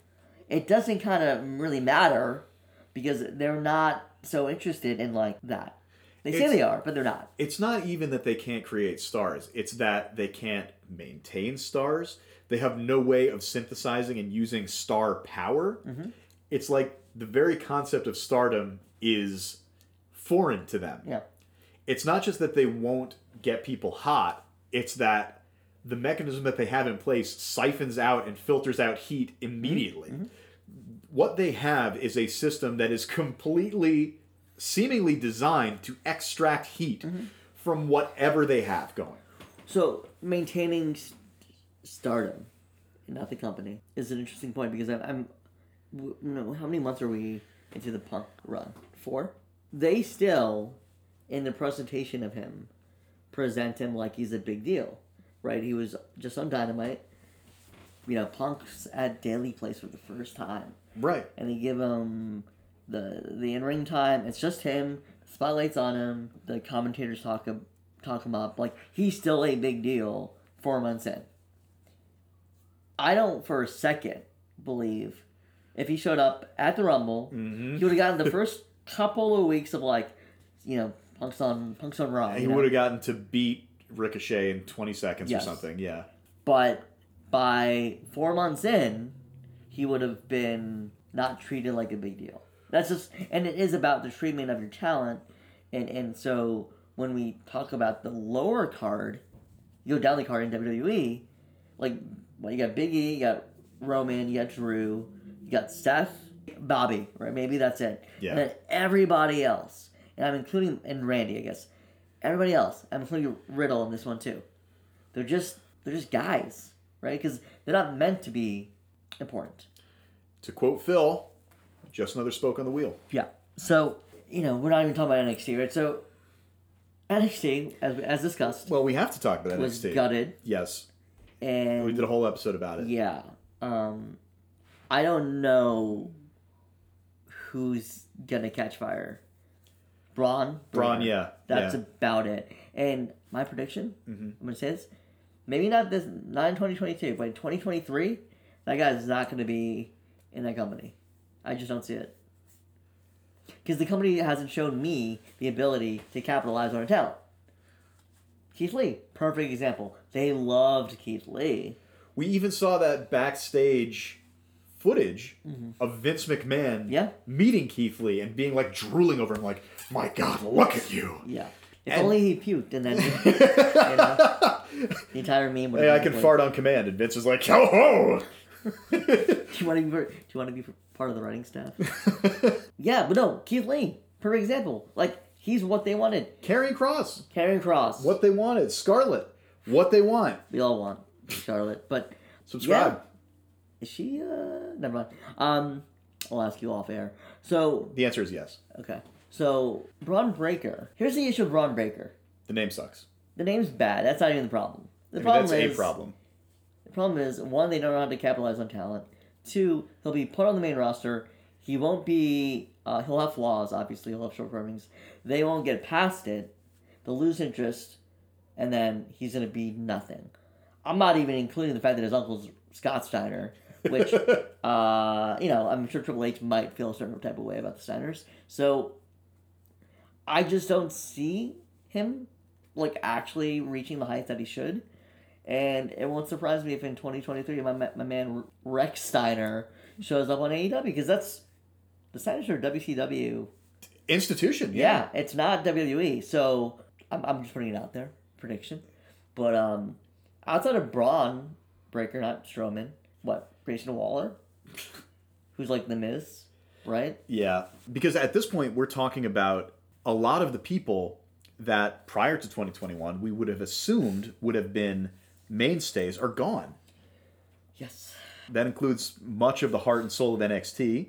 D: it doesn't kind of really matter because they're not so interested in like that. They say
C: It's-
D: they are, but they're not.
C: it's not even that they can't create stars it's that they can't maintain stars they have no way of synthesizing and using star power it's like the very concept of stardom is foreign to them
D: Yeah.
C: it's not just that they won't get people hot it's that the mechanism that they have in place siphons out and filters out heat
D: Mm-hmm.
C: immediately what they have is a system that is completely seemingly designed to extract heat
D: Mm-hmm.
C: from whatever they have going
D: So maintaining st- stardom, not the company, is an interesting point because I'm, I'm w- you know, how many months are we into the punk run? Four. They still, in the presentation of him, present him like he's a big deal, right? He was just on Dynamite. You know, Punk's at Daily Place for the first time
C: right
D: and they give him the the in ring time. It's just him. Spotlights on him. The commentators talk him talk him up. Like he's still a big deal. Four months in, I don't for a second believe if he showed up at the Rumble, he would have gotten the first couple of weeks of like, you know, punks on punks on Raw.
C: he
D: you know?
C: would have gotten to beat ricochet in 20 seconds
D: Yes.
C: or something yeah
D: but by four months in, he would have been not treated like a big deal. That's just, and it is about the treatment of your talent, and and so when we talk about the lower card, you go down the card in WWE, like well, you got Big E, you got Roman, you got Drew, you got Seth, Bobby, right? Maybe that's it.
C: Yeah.
D: And then everybody else, and I'm including and Randy, I guess. Everybody else, I'm including Riddle in this one too. They're just they're just guys, right? Because they're not meant to be important.
C: to quote phil just another spoke on the wheel
D: Yeah. So you know we're not even talking about NXT, right? So NXT, as, as discussed,
C: well we have to talk about
D: was
C: nxt
D: gutted,
C: yes
D: and
C: we did a whole episode about it
D: yeah, um, I don't know who's gonna catch fire. Braun.
C: Braun,
D: Breaker.
C: yeah,
D: That's
C: yeah. Mm-hmm.
D: about it. And my prediction, I'm gonna say this, maybe not this, not in 2022, but in 2023, that guy's not gonna be in that company. I just don't see it. Because the company hasn't shown me the ability to capitalize on a talent. Keith Lee, perfect example. They loved Keith Lee.
C: We even saw that backstage footage of Vince McMahon
D: Mm-hmm. Yeah.
C: meeting Keith Lee and being like drooling over him, like, my God, look at you.
D: Yeah. If
C: And-
D: only he puked and then you know, the entire meme would
C: Hey, I
D: have
C: can
D: been
C: fart on command. And Vince is like, ho ho!
D: Do you want to be? Do you want to be part of the writing staff? yeah, but no, Keith Lee, perfect example. Like he's what they wanted.
C: Carrying Cross,
D: Karen Cross,
C: what they wanted. Scarlet, what they want.
D: we all want, Charlotte. But
C: Subscribe.
D: is she? Uh, never mind. Um, I'll ask you off air. So
C: The answer is yes.
D: okay, so Braun Breaker. Here's the issue of Braun Breaker.
C: The name sucks.
D: The name's bad. That's not even the problem.
C: I
D: The
C: mean,
D: problem
C: that's
D: is
C: a problem.
D: The problem is, one, they don't know how to capitalize on talent. Two, he'll be put on the main roster. He won't be. Uh, he'll have flaws, obviously. He'll have shortcomings. They won't get past it. They'll lose interest, and then he's going to be nothing. I'm not even including the fact that his uncle's Scott Steiner, which, uh, you know, I'm sure Triple H might feel a certain type of way about the Steiners. So I just don't see him, like, actually reaching the heights that he should. And it won't surprise me if in 2023 my, ma- my man Rex Steiner shows up on AEW because that's the Steiners are WCW.
C: Institution, yeah.
D: Yeah, it's not WWE. So I'm, I'm just putting it out there, prediction. But um, outside of Braun Breaker, not Strowman, what Grayson Waller, who's like the Miz, right?
C: Yeah. Because at this point, we're talking about a lot of the people that prior to 2021 we would have assumed would have been mainstays are gone.
D: Yes.
C: That includes much of the heart and soul of NXT.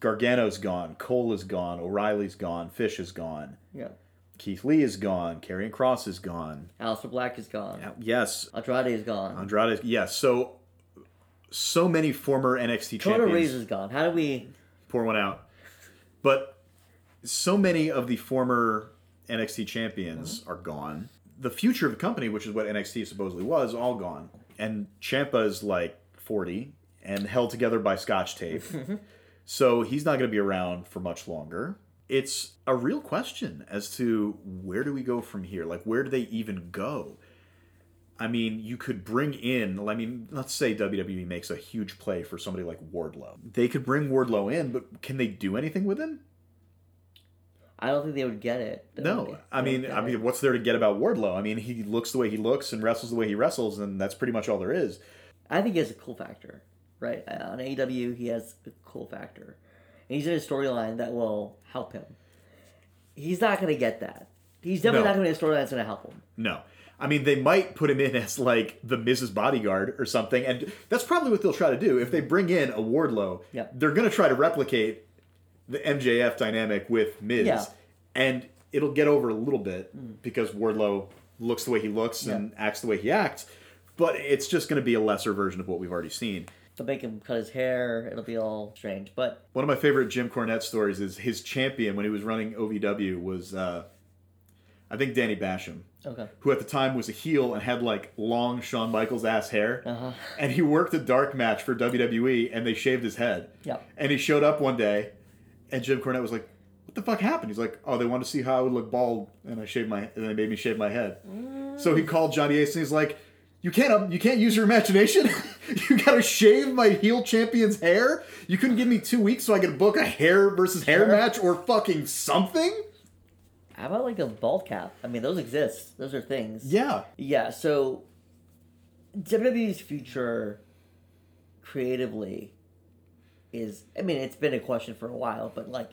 C: Gargano's gone. Cole is gone. O'Reilly's gone. Fish is gone.
D: Yeah.
C: Keith Lee is gone. Karrion Cross is gone.
D: Alistair Black is gone.
C: Yes,
D: Andrade is gone.
C: Andrade. Yes, so so many former NXT
D: Dakota
C: champions.
D: Reeves is gone. How do we?
C: Pour one out. But so many of the former NXT champions are gone. The future of the company, which is what NXT supposedly was, all gone. And Champa is like 40 and held together by scotch tape. so he's not going to be around for much longer. it's a real question as to where do we go from here? Like, where do they even go? I mean, you could bring in, I mean, let's say WWE makes a huge play for somebody like Wardlow. They could bring Wardlow in, but can they do anything with him?
D: I don't think they would get it. They
C: No.
D: would get-
C: I
D: they would
C: mean,
D: get
C: I
D: it.
C: mean, what's there to get about Wardlow? I mean, he looks the way he looks and wrestles the way he wrestles, and that's pretty much all there is.
D: I think he has a cool factor, right? Uh, On AEW, he has a cool factor, and he's in a storyline that will help him. He's not going to get that. He's definitely
C: No.
D: not going to get a storyline that's going to help him.
C: No. I mean, they might put him in as like the Mrs. Bodyguard or something, and that's probably what they'll try to do. If they bring in a Wardlow,
D: Yeah.
C: they're going to try to replicate the MJF dynamic with Miz,
D: Yeah. Hmm.
C: and it'll get over a little bit because Wardlow looks the way he looks and acts the way he acts, but it's just going to be a lesser version of what we've already seen.
D: They'll make him cut his hair. It'll be all strange, but
C: One of my favorite Jim Cornette stories is his champion when he was running OVW was, uh, I think, Danny Basham.
D: okay.
C: who at the time was a heel and had like long Shawn Michaels ass hair.
D: Uh-huh.
C: And he worked a dark match for WWE and they shaved his head.
D: Yep.
C: And he showed up one day and Jim Cornette was like, What the fuck happened? He's like, Oh, they wanted to see how I would look bald and I shaved my and they made me shave my head.
D: Mm.
C: So he called Johnny Ace and he's like, You can't um, you can't use your imagination. you gotta shave my heel champion's hair? You couldn't give me two weeks so I could book a hair versus hair match or fucking something?
D: How about like a bald cap? I mean, those exist. Those are things.
C: Yeah.
D: Yeah, so WWE's future creatively is I mean, it's been a question for a while, but like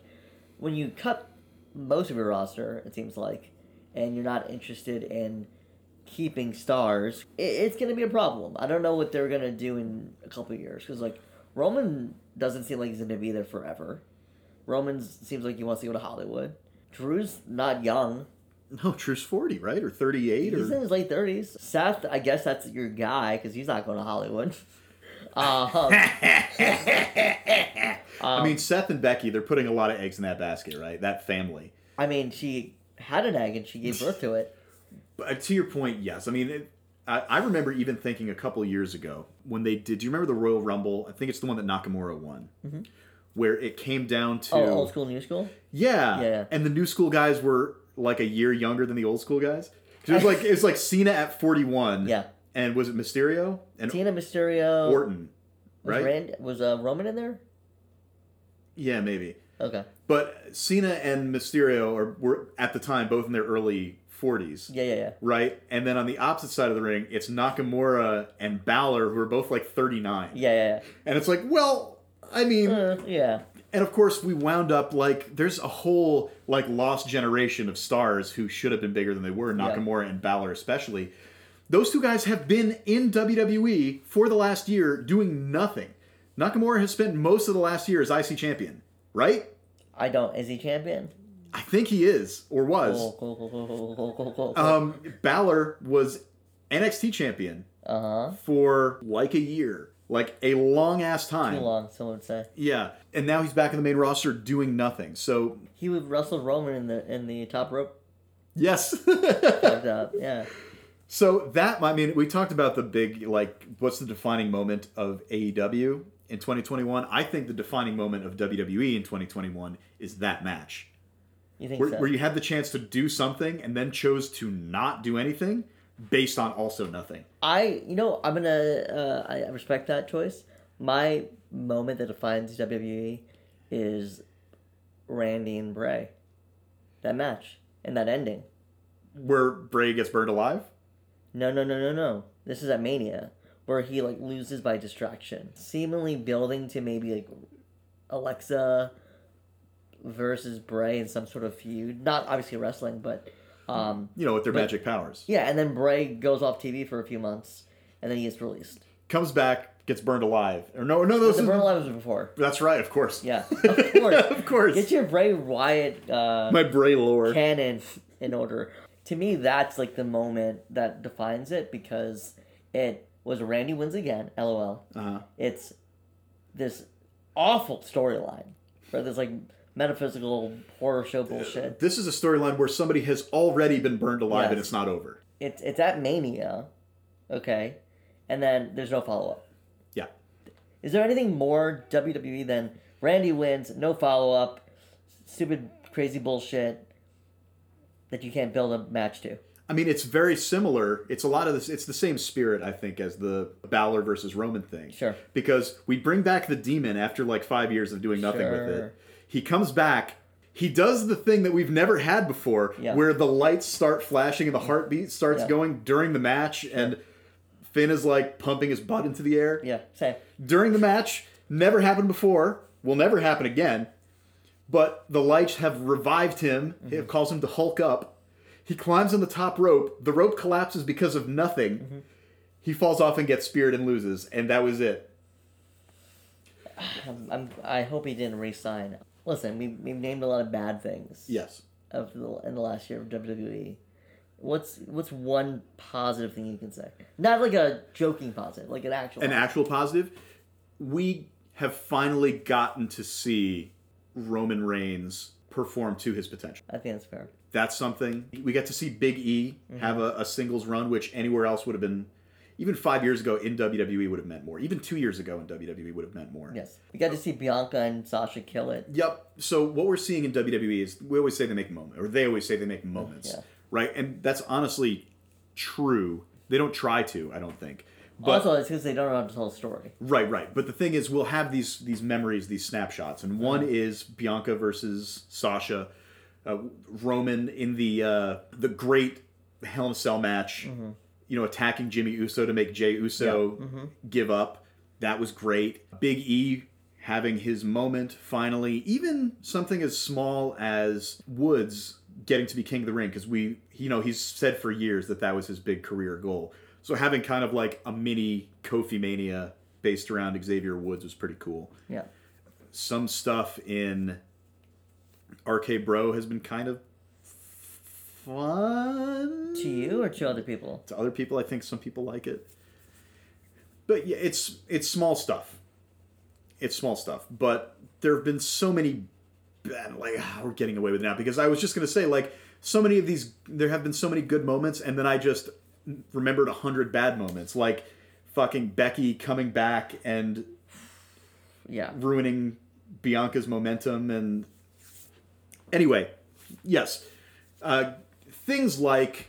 D: when you cut most of your roster, it seems like, and you're not interested in keeping stars, i it's going to be a problem. I don't know what they're going to do in a couple of years cuz like Roman doesn't seem like he's going to be there forever. Roman seems like he wants to go to Hollywood. Drew's not young.
C: No, True's 40, right? Or 38 or
D: He's in his late thirties. Seth, I guess that's your guy because he's not going to Hollywood. Uh,
C: I
D: Um,
C: mean, Seth and Becky, they're putting a lot of eggs in that basket, right? That family.
D: I mean, she had an egg and she gave birth to it.
C: But uh, to your point, yes. I mean, it, I, I remember even thinking a couple years ago when they did. Do you remember the Royal Rumble? I think it's the one that Nakamura won, where it came down to
D: Mm-hmm. Oh, old school, new school.
C: Yeah.
D: Yeah.
C: And the new school guys were like a year younger than the old school guys. 'Cause It was like it was like Cena at 41.
D: Yeah.
C: And was it Mysterio and
D: Tina Mysterio.
C: Orton?
D: was
C: Right.
D: Rand, was uh, Roman in there?
C: Yeah, maybe.
D: Okay.
C: But Cena and Mysterio are, were at the time both in their early 40s.
D: Yeah, yeah, yeah.
C: right? And then on the opposite side of the ring, it's Nakamura and Balor, who are both like 39.
D: Yeah, yeah,
C: And it's like, well, I mean,
D: yeah. Uh, yeah.
C: and of course, we wound up like, there's a whole like lost generation of stars who should have been bigger than they were, Nakamura and Balor especially. Those two guys have been in WWE for the last year doing nothing. Nakamura has spent most of the last year as IC champion, right?
D: I don't. Is he champion?
C: I think he is, or was.
D: Cool, cool, cool, cool, cool, cool, cool, cool.
C: Um, Balor was NXT champion
D: uh huh.
C: for like a year, like a long ass time.
D: Too long. Someone would say
C: Yeah, and now he's back in the main roster doing nothing. So
D: he would wrestle Roman in the in the top rope.
C: yes,
D: Fucked up. Yeah.
C: so that I mean we talked about the big like what's the defining moment of AEW in 2021. I think the defining moment of WWE in 2021 is that match
D: You think
C: where,
D: so?
C: where you had the chance to do something and then chose to not do anything based on also nothing.
D: I, you know, I'm gonna, uh, I respect that choice. My moment that defines WWE is Randy and Bray, that match and that ending.
C: Where Bray gets burned alive.
D: No, no, no, no, no. This is at Mania where he like loses by distraction, seemingly building to maybe like Alexa versus Bray in some sort of feud. Not obviously wrestling, but um,
C: You know with their magic powers.
D: yeah. And then Bray goes off TV for a few months, and then he gets released.
C: Comes back, gets burned alive. Or no, no, those
D: The
C: are
D: Burn Alive was before.
C: That's right, of course.
D: Yeah, of course.
C: of course.
D: Get your Bray Wyatt uh,
C: My Bray lore.
D: canon in order. To me, that's like the moment that defines it because it was Randy wins again. LOL.
C: Uh-huh.
D: It's this awful storyline for this like metaphysical horror show bullshit.
C: This is a storyline where somebody has already been burned alive and
D: Yes.
C: it's not over.
D: It's it's at Mania, okay, and then there's no follow up.
C: Yeah.
D: E Is there anything more WWE than Randy wins, no follow up, stupid crazy bullshit that you can't build a match to.
C: I mean, it's very similar. It's a lot of this. It's the same spirit, I think, as the Balor versus Roman thing.
D: Sure.
C: Because we bring back the demon after like five years of doing nothing with
D: Sure.
C: it. He comes back. He does the thing that we've never had before,
D: Yeah.
C: where the lights start flashing and the heartbeat starts
D: Yeah.
C: going during the match, and Finn is like pumping his butt into the air
D: Yeah, same.
C: during the match. Never happened before. Will never happen again. But the lights have revived him. It calls him to Hulk up. He climbs on the top rope. The rope collapses because of nothing. He falls off and gets speared and loses, and that was it.
D: I'm, I'm, I hope he didn't re-sign. Listen, we we've named a lot of bad things.
C: Yes.
D: Of the in the last year of WWE. What's what's one positive thing you can say? Not like a joking positive, like an actual.
C: An actual positive. We have finally gotten to see Roman Reigns perform to his potential.
D: I think that's fair.
C: That's something. We got to see Big E
D: Mm-hmm.
C: have a, a singles run, which anywhere else would have been, even five years ago in WWE would have meant more. Even two years ago in WWE would have meant more.
D: Yes, we got to see Bianca and Sasha kill it.
C: Yep. So what we're seeing in WWE is we always say they make moments, or they always say they make moments,
D: Yeah.
C: right? And that's honestly true. They don't try to, I don't think. But
D: also, it's because they don't know how to tell a story.
C: Right, right. But the thing is, we'll have these these memories, these snapshots, and one is Bianca versus Sasha, uh, Roman in the uh, the great Hell in a Cell match. You know, attacking Jimmy Uso to make Jay Uso give up. That was great. Big E having his moment finally. Even something as small as Woods getting to be king of the ring because we, you know, he's said for years that that was his big career goal. So having kind of like a mini Kofi Mania based around Xavier Woods was pretty cool.
D: Yeah,
C: Some stuff in RK Bro has been kind of fun
D: to you or to other people.
C: to other people. I think some people like it, but yeah, it's it's small stuff. It's small stuff, but there have been so many bad. Like ah, we're getting away with it now because I was just gonna say like so many of these. There have been so many good moments, and then I just remembered a hundred bad moments, like fucking Becky coming back and
D: Yeah,
C: ruining Bianca's momentum. And anyway, yes, uh, things like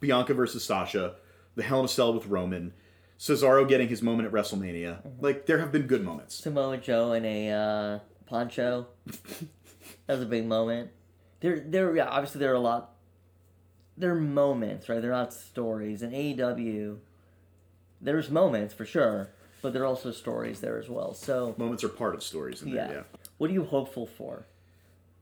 C: Bianca versus Sasha, the Hell in a Cell with Roman, Cesaro getting his moment at WrestleMania. Like there have been good moments.
D: Samoa Joe in a uh, poncho. that was a big moment. There, there. Yeah, obviously there are a lot. They're moments, right? They're not stories. In AEW, there's moments for sure, but there are also stories there as well. So
C: Moments are part of stories. In
D: yeah.
C: There, yeah.
D: What are you hopeful for?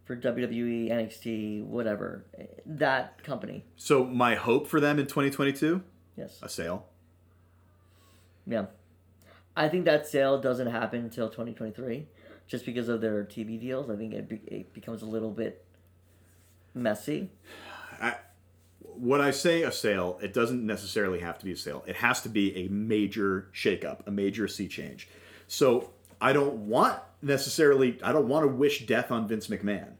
D: For E, WWE, NXT, whatever, eh, that company.
C: So my hope for them in 2022,
D: Yes.
C: a sale.
D: Yeah. I think that sale doesn't happen until 2023 just because of their TV deals. I think it, be- it becomes a little bit messy.
C: When I say a sale, it doesn't necessarily have to be a sale. It has to be a major shakeup, a major sea change. So I don't want necessarily, I don't want to wish death on Vince McMahon,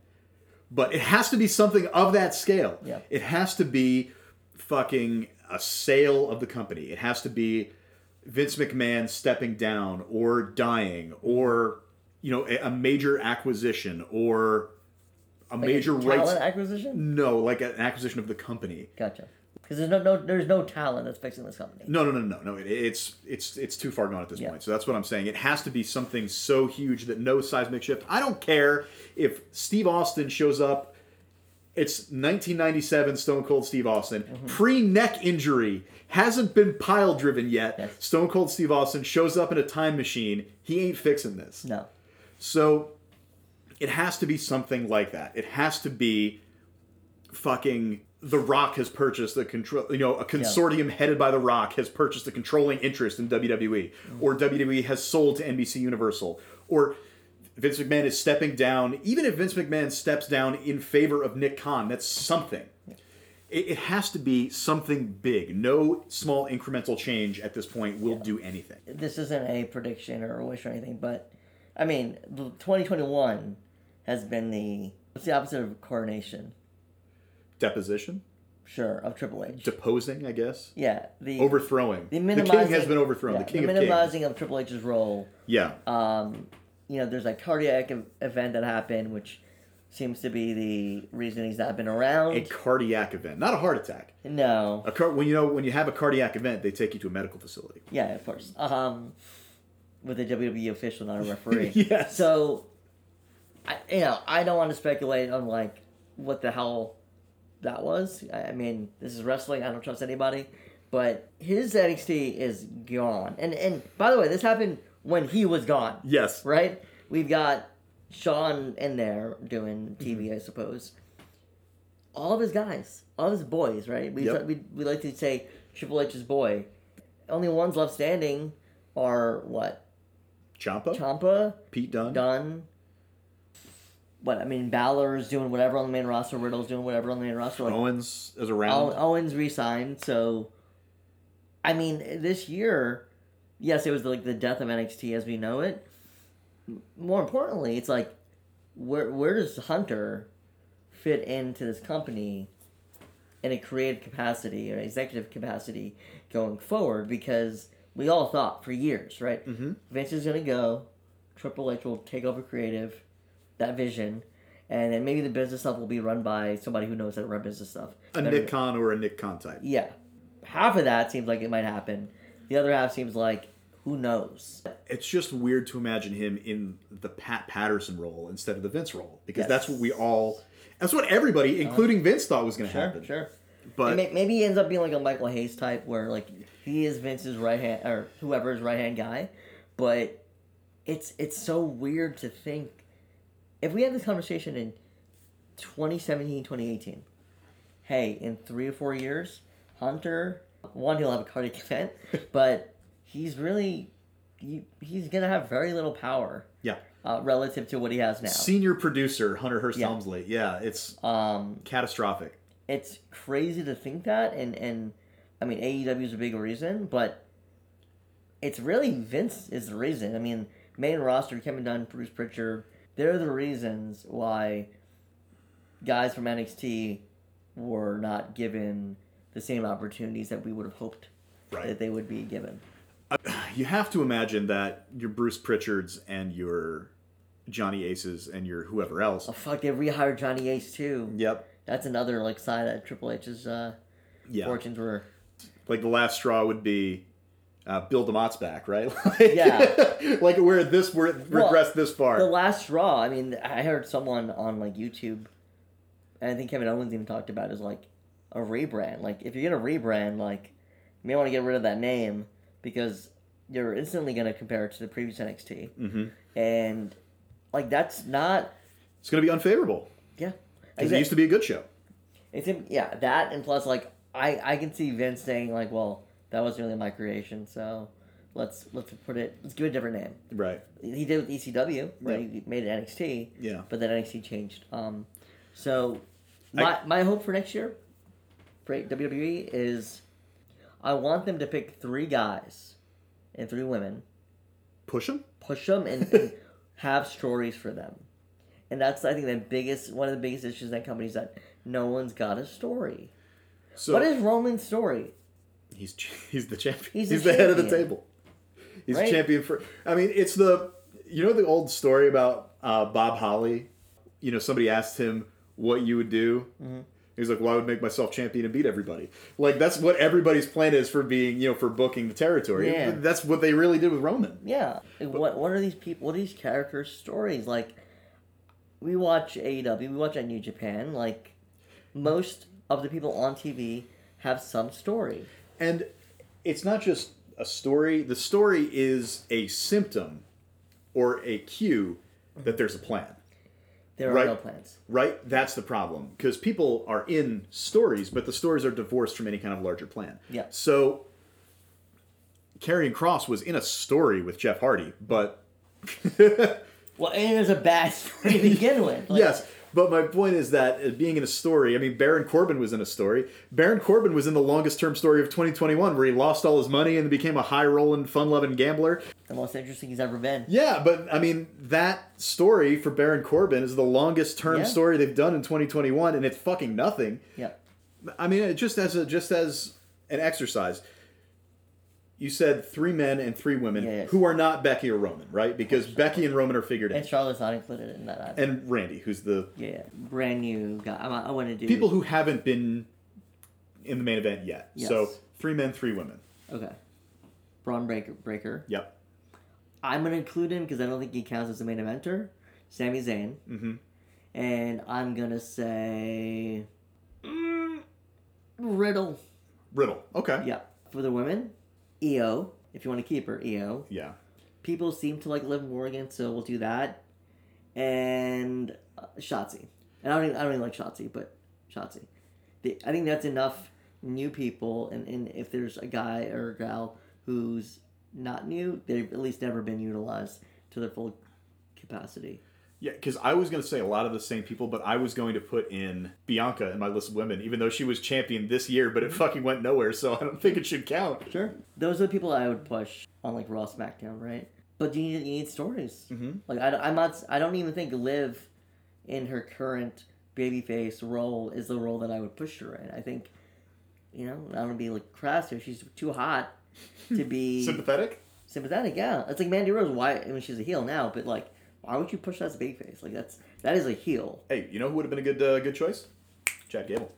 C: but it has to be something of that scale.
D: Yeah.
C: It has to be fucking a sale of the company. It has to be Vince McMahon stepping down or dying or, you know, a, a major acquisition or a
D: Like a
C: major
D: talent
C: rights.
D: acquisition?
C: no, like an acquisition of the company.
D: Gotcha. Because there's no, no there's no talent that's fixing this company.
C: No, no, no, no, no. It, it's it's it's too far gone at this
D: Yeah.
C: point. So that's what I'm saying. It has to be something so huge that no seismic shift. I don't care if Steve Austin shows up. It's 1997 Stone Cold Steve Austin,
D: Mm-hmm.
C: pre neck injury, hasn't been pile driven yet.
D: Yes.
C: Stone Cold Steve Austin shows up in a time machine. He ain't fixing this.
D: No.
C: So it has to be something like that. It has to be fucking The Rock has purchased a control, you know, a consortium headed by The Rock has purchased a controlling interest in WWE, or WWE has sold to NBC Universal, or Vince McMahon is stepping down. Even if Vince McMahon steps down in favor of Nick Khan, that's something. It, it has to be something big. No small incremental change at this point will do anything.
D: This isn't a prediction or a wish or anything, but I mean, the 2021 has been the. What's the opposite of coronation?
C: Deposition,
D: Sure, of Triple H.
C: deposing, I guess.
D: yeah. The,
C: overthrowing.
D: the
C: The,
D: minimizing.
C: king has been overthrown.
D: yeah,
C: the king of
D: minimizing
C: kings.
D: of Triple H's role
C: Yeah,
D: um, you know, there's a cardiac ev- event that happened, which seems to be the reason he's not been around.
C: A cardiac event, not a heart attack.
D: no.
C: A car- when you know when you have a cardiac event, they take you to a medical facility.
D: Yeah, of course. Um, with a WWE official, not a referee.
C: Yes.
D: So, I, you know, I don't want to speculate on like what the hell that was. I, I mean, this is wrestling. I don't trust anybody. But his NXT is gone. And and by the way, this happened when he was gone.
C: Yes.
D: Right. We've got Sean in there doing TV, I suppose. All of his guys, all of his boys, right? We,
C: Yep.
D: we, we like to say Triple H's boy. Only ones left standing are what?
C: Champa,
D: Champa,
C: Pete Dunne.
D: Dunn. What I mean, Balor's doing whatever on the main roster. Riddle's doing whatever on the main roster. Like,
C: Owens is around.
D: Owen, Owens resigned, so I mean, this year, yes, it was like the death of NXT as we know it. M- More importantly, it's like where where does Hunter fit into this company in a creative capacity or executive capacity going forward? Because we all thought for years, right? Mm-hmm. Vince is gonna go, Triple H will take over creative, that vision. And then maybe the business stuff will be run by somebody who knows how to run business stuff.
C: a
D: Better-
C: Nick Khan or a Nick Khan type.
D: yeah. Half of that seems like it might happen. The other half seems like who knows.
C: It's just weird to imagine him in the Pat Patterson role instead of the Vince role because
D: Yes. Uh,
C: that's what we all, that's what everybody, including Vince, thought was going to happen.
D: sure.
C: But
D: And may- maybe he ends up being like a Michael Hayes type, where like he is Vince's right hand or whoever's right hand guy. But it's it's so weird to think if we had this conversation in 2017, 2018. Hey, in three or four years, Hunter one he'll have a cardiac event, but he's really he, he's gonna have very little power.
C: yeah,
D: uh, relative to what he has now.
C: senior producer Hunter Hurst
D: Yeah.
C: Helmsley. Yeah, it's
D: um,
C: catastrophic.
D: it's crazy to think that, and and I mean AEW is a big reason, but it's really Vince is the reason. I mean, main roster Kevin Dunn, Bruce Pritchard, they're the reasons why guys from NXT were not given the same opportunities that we would have hoped
C: Right.
D: that they would be given.
C: You have to imagine that your Bruce Pritchards and your Johnny Aces and your whoever else.
D: Oh fuck! They rehired Johnny Ace too.
C: Yep.
D: That's another like side that Triple H's uh,
C: Yeah.
D: fortunes were.
C: Like the last straw would be uh, Bill DeMott's back, right? like,
D: Yeah.
C: like we're at this, we're
D: Well,
C: regressed this far.
D: The last straw. I mean, I heard someone on like YouTube, and I think Kevin Owens even talked about it, is like a rebrand. Like if you're gonna rebrand, like you may want to get rid of that name because you're instantly gonna compare it to the previous NXT, mm-hmm. and like that's not
C: it's going to be unfavorable
D: yeah.
C: because
D: Exact-
C: it used to be a good show.
D: it's in, yeah that and plus like I I can see Vince saying like well that wasn't really my creation so let's let's put it let's give it a different name.
C: Right.
D: he did with E ECW, right?
C: Yeah.
D: He made it NXT.
C: Yeah.
D: But then NXT changed. Um, so my my hope for next year, for WWE is, I want them to pick three guys, and three women,
C: Push him?
D: push them and, and have stories for them, and that's I think the biggest one of the biggest issues in that company is that no one's got a story.
C: So
D: what is Roman's story?
C: he's ch- he's the champion.
D: He's
C: He's,
D: the
C: the, head of the
D: champion.
C: table. He's
D: Right.
C: champion for. I mean, it's the you know the old story about uh, Bob Holly. You know, somebody asked him what you would do.
D: Mm-hmm.
C: He's like, "Well, I would make myself champion and beat everybody." Like that's what everybody's plan is for being, you know, for booking the territory.
D: Yeah.
C: That's what they really did with Roman.
D: Yeah. Like, what what are these people what are these characters' stories? Like we watch AEW, we watch on New Japan, like most of the people on TV have some story.
C: And it's not just a story. The story is a symptom or a cue that there's a plan.
D: There are
C: Right.
D: no plans.
C: right? That's the problem because people are in stories, but the stories are divorced from any kind of larger plan.
D: Yeah.
C: So, Carrying Cross was in a story with Jeff Hardy, but
D: Well, and there's a bad story to begin with. Like,
C: yes. But my point is that uh, being in a story, I mean, Baron Corbin was in a story. Baron Corbin was in the longest term story of 2021, where he lost all his money and became a high rolling, fun loving gambler.
D: The most interesting he's ever been.
C: Yeah, but I mean, that story for Baron Corbin is the longest term
D: Yeah.
C: story they've done in 2021, and it's fucking nothing.
D: Yeah.
C: I mean, it just as a just as an exercise, you said three men and three women
D: Yeah, yeah.
C: who are not Becky or Roman, right? Because Becky and Roman are figured
D: And
C: out.
D: Charlotte's not included in that either.
C: And Randy, who's the
D: yeah, brand new guy. I'm, I want to do
C: people who haven't been in the main event yet.
D: Yes.
C: So three men, three women.
D: Okay, Braun Breaker. Breaker.
C: Yep.
D: I'm gonna include him because I don't think he counts as a main eventer. Sami Zayn. Mm-hmm. And I'm gonna say mm, Riddle.
C: Riddle. Okay.
D: Yeah. For the women, EO. If you want to keep her, E EO.
C: Yeah.
D: People seem to like Liv Morgan, so we'll do that. And uh, Shotzi. And I don't even, I don't even like Shotzi, but Shotzi. The, I think that's enough new people. And, and if there's a guy or a gal who's not new, they've at least never been utilized to their full capacity.
C: Yeah, because I was going to say a lot of the same people, but I was going to put in Bianca in my list of women, even though she was champion this year, but it fucking went nowhere, so I don't think it should count.
D: Sure. Those are the people I would push on like Raw SmackDown, right? But you need you need stories. Mm-hmm. Like I, don't- I'm not. I don't even think Liv, in her current babyface role, is the role that I would push her in. I think, you know, I don't wanna be like crass here. She's too hot to be
C: Sympathetic?
D: sympathetic. Yeah, it's like Mandy Rose. Why? I mean, she's a heel now, but like, why would you push that as a babyface? Like that's that is a heel.
C: Hey, you know who would have been a good uh, good choice? Chad Gable.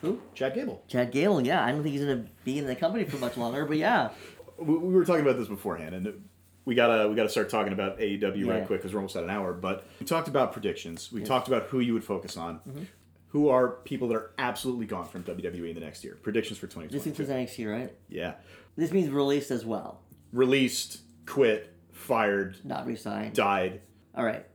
D: Who?
C: Chad Gable.
D: Chad Gable. Yeah, I don't think he's gonna be in the company for much longer. But yeah,
C: we, we were talking about this beforehand, and we gotta we gotta start talking about AEW
D: Yeah.
C: right quick because we're almost at an hour. But we talked about predictions. We talked about who you would focus on.
D: Mm-hmm.
C: Who are people that are absolutely gone from WWE in the next year? Predictions for
D: this
C: 2022.
D: includes NXT, right?
C: yeah,
D: This means released as well,
C: released, quit, fired,
D: not resigned.
C: died.
D: All right.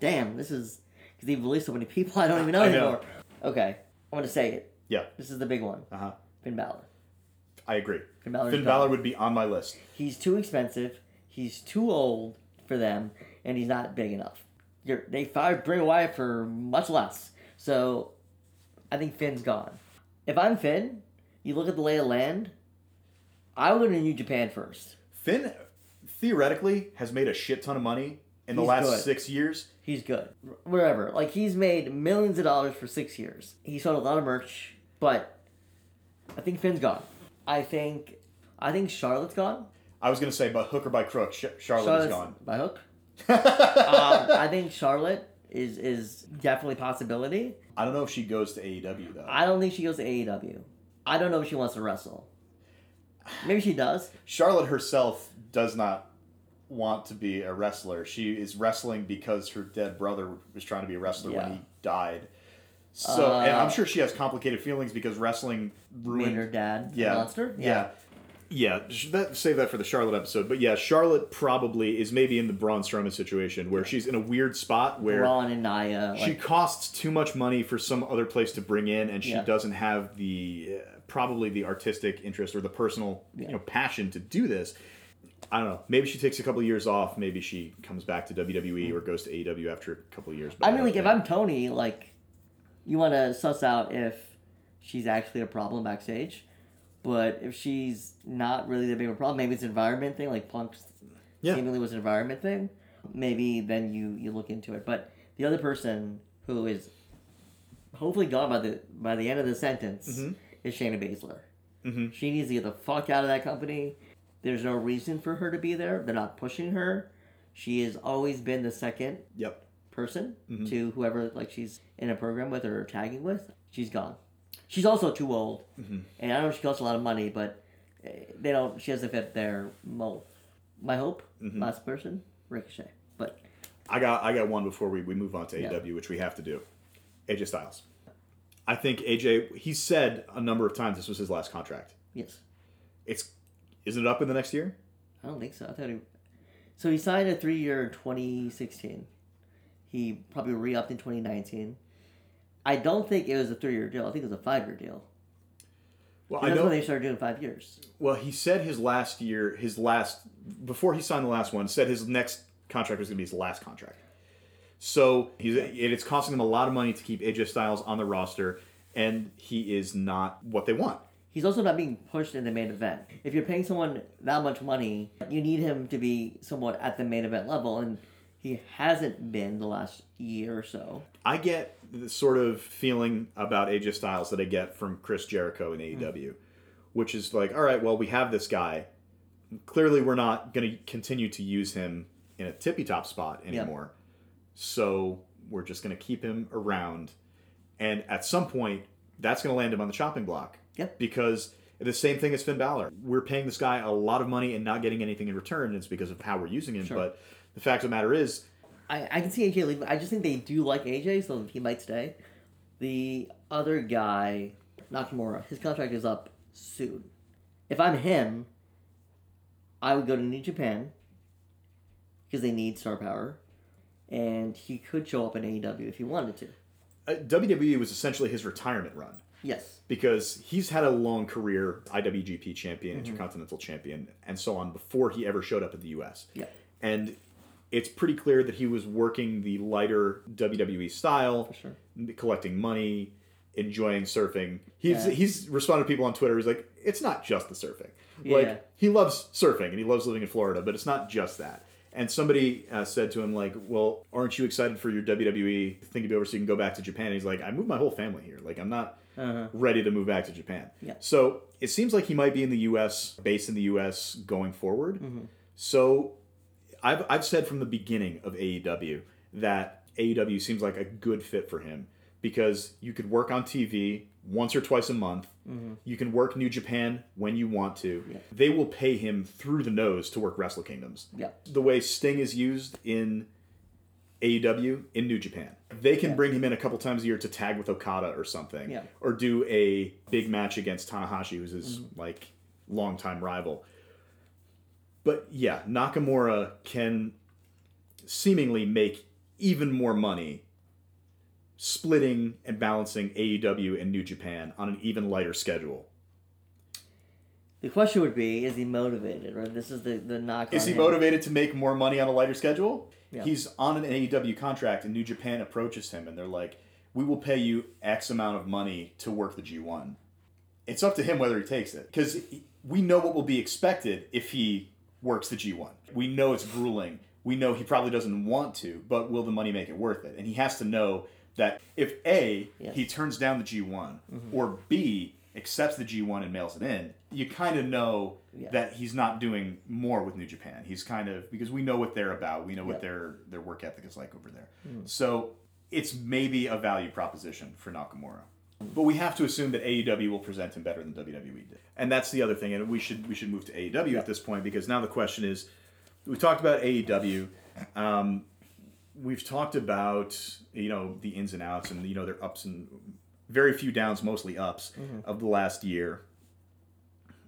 D: Damn, this is because they've released so many people I don't even know
C: I know.
D: anymore. Okay, I'm gonna say it.
C: Yeah,
D: This is the big one.
C: uh huh.
D: Finn Balor.
C: I agree.
D: Finn Balor's
C: Finn
D: gone.
C: Balor would be on my list.
D: He's too expensive. He's too old for them, and he's not big enough. You're, they fired Bray Wyatt for much less, so I think Finn's gone. If I'm Finn, you look at the lay of land. I would go to New Japan first.
C: Finn theoretically has made a shit ton of money in the
D: He's
C: last
D: good.
C: six years.
D: He's good. Wherever. Like, he's made millions of dollars for six years. He sold a lot of merch, but I think Finn's gone. I think I think Charlotte's gone.
C: I was gonna say, by hook or by crook, Sh- Charlotte is
D: Charlotte's
C: gone.
D: by hook. um, I think Charlotte is is definitely a possibility.
C: I don't know if she goes to AEW though.
D: I don't think she goes to AEW. I don't know if she wants to wrestle. Maybe she does.
C: Charlotte herself does not want to be a wrestler. She is wrestling because her dead brother was trying to be a wrestler
D: Yeah.
C: when he died. So, and
D: Uh,
C: I'm sure she has complicated feelings because wrestling
D: Made
C: ruined
D: her dad a
C: Yeah,
D: monster.
C: Yeah. Yeah, sh- that, save that for the Charlotte episode. But yeah, Charlotte probably is maybe in the Braun Strowman situation where she's in a weird spot where
D: Braun and Nia. Like,
C: she costs too much money for some other place to bring in, and she
D: Yeah.
C: doesn't have the uh, probably the artistic interest or the personal
D: Yeah.
C: you know passion to do this. I don't know. Maybe she takes a couple of years off. Maybe she comes back to WWE or goes to AEW after a couple of years. But
D: Mm. I mean,
C: don't
D: like, if
C: think-
D: I'm Tony, like, you want to suss out if she's actually a problem backstage. But if she's not really that big of a problem, maybe it's an environment thing, like Punk's
C: Yeah.
D: seemingly was an environment thing. Maybe then you, you look into it. But the other person who is hopefully gone by the by the end of the sentence is Shayna Baszler. Mm-hmm. She needs to get the fuck out of that company. There's no reason for her to be there. They're not pushing her. She has always been the second
C: yep,
D: person to whoever like she's in a program with or tagging with, she's gone. She's also too old, and I know she costs a lot of money, but eh, they don't. She doesn't fit their mold. My hope, last person, Ricochet. But
C: I got I got one before we, we move on to AEW, which we have to do. AJ Styles. I think AJ. He said a number of times this was his last contract.
D: yes,
C: It's isn't it up in the next year?
D: I don't think so. I thought he. So he signed a three-year in 2016. He probably re-upped in 2019. I don't think it was a three-year deal. I think it was a five-year deal.
C: Well,
D: And that's when they started doing five years.
C: Well, he said his last year, his last before he signed the last one, said his next contract was going to be his last contract. So he's and it's costing them a lot of money to keep AJ Styles on the roster, and he is not what they want.
D: He's also not being pushed in the main event. If you're paying someone that much money, you need him to be somewhat at the main event level, and he hasn't been the last year or so.
C: I get
D: Hmm.
C: the sort of feeling about AJ Styles that I get from Chris Jericho in AEW, E which is like, all right, well, we have this guy. Clearly, we're not going to continue to use him in a tippy top spot anymore. So we're just going to keep him around. And at some point, that's going to land him on the chopping block.
D: Yeah.
C: Because the same thing as Finn Balor. We're paying this guy a lot of money and not getting anything in return. It's because of how we're using him.
D: Sure.
C: But the fact of the matter is,
D: I, I can see AJ leaving. I just think they do like AJ, so he might stay. The other guy, Nakamura, his contract is up soon. If I'm him, I would go to New Japan because they need star power, and he could show up in AEW if he wanted to.
C: uh, WWE was essentially his retirement run.
D: Yes,
C: because he's had a long career IWGP champion,
D: Mm-hmm.
C: Intercontinental champion, and so on before he ever showed up in the US.
D: Yeah.
C: And it's pretty clear that he was working the lighter WWE style,
D: sure.
C: n- collecting money, enjoying surfing. He's
D: Yeah.
C: he's responded to people on Twitter. He's like, it's not just the surfing.
D: Yeah.
C: Like he loves surfing and he loves living in Florida, but it's not just that. And somebody uh, said to him like, "Well, aren't you excited for your WWE thing to be over so you can go back to Japan?" And he's like, "I moved my whole family here. Like I'm not." ready to move back to Japan.
D: Uh-huh. Yeah.
C: So it seems like he might be in the U.S., based in the U.S. going forward.
D: Mm-hmm.
C: So I've, I've said from the beginning of AEW that AEW seems like a good fit for him because you could work on TV once or twice a month. You can work New Japan when you want to. They will pay him through the nose to work Wrestle Kingdoms
D: yeah,
C: the way Sting is used in AEW in New Japan. They can bring him in a couple times a year to tag with Okada or something,
D: Yeah.
C: or do a big match against Tanahashi, who's his like longtime rival. But yeah, Nakamura can seemingly make even more money splitting and balancing AEW and New Japan on an even lighter schedule.
D: The question would be, is he motivated? Right, this is the the knock.
C: Is
D: on
C: he
D: him.
C: motivated to make more money on a lighter schedule?
D: Yeah.
C: He's on an AEW contract, and New Japan approaches him, and they're like, "We will pay you X amount of money to work the G1." It's up to him whether he takes it, because we know what will be expected if he works the G1. We know it's grueling. We know he probably doesn't want to, but will the money make it worth it? And he has to know that if A,
D: Yes.
C: he turns down the G1,
D: Mm-hmm.
C: or B, accepts the G1 and mails it in, you kind of know
D: Yeah.
C: that he's not doing more with New Japan. He's kind of because we know what they're about. We know
D: Yeah. Hmm.
C: what their their work ethic is like over there. So it's maybe a value proposition for Nakamura. But we have to assume that AEW will present him better than WWE did. And that's the other thing and we should we should move to AEW at this point because now the question is we talked about E AEW um, we've talked about you know the ins and outs and you know their ups and very few downs mostly ups of the last year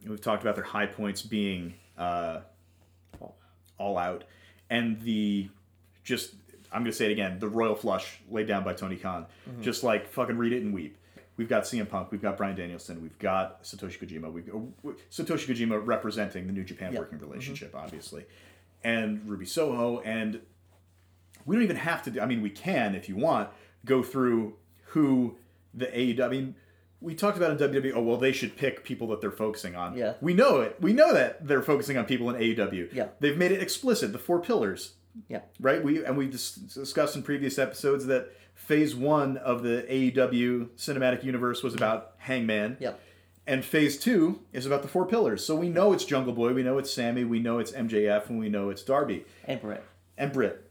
C: we've talked about their high points being uh, all out and the just i'm gonna say it again the royal flush laid down by tony khan
D: Mm-hmm.
C: just like fucking read it and weep we've got cm punk we've got brian danielson we've got satoshi kojima we've oh, satoshi kojima representing the new japan
D: Yeah. Mm-hmm.
C: working relationship obviously and ruby soho and we don't even have to do, I mean, we can if you want go through who the AEW. I mean, we talked about in WWE. Oh well, they should pick people that they're focusing on.
D: Yeah.
C: we know it. We know that they're focusing on people in AEW.
D: Yeah.
C: they've made it explicit. The four pillars,
D: Yeah,
C: right? We and we dis- discussed in previous episodes that phase one of the AEW cinematic universe was about Hangman.
D: yeah,
C: And phase two is about the four pillars. So we know it's Jungle Boy, we know it's Sammy, we know it's MJF, and we know it's Darby
D: and Brett.
C: and Britt.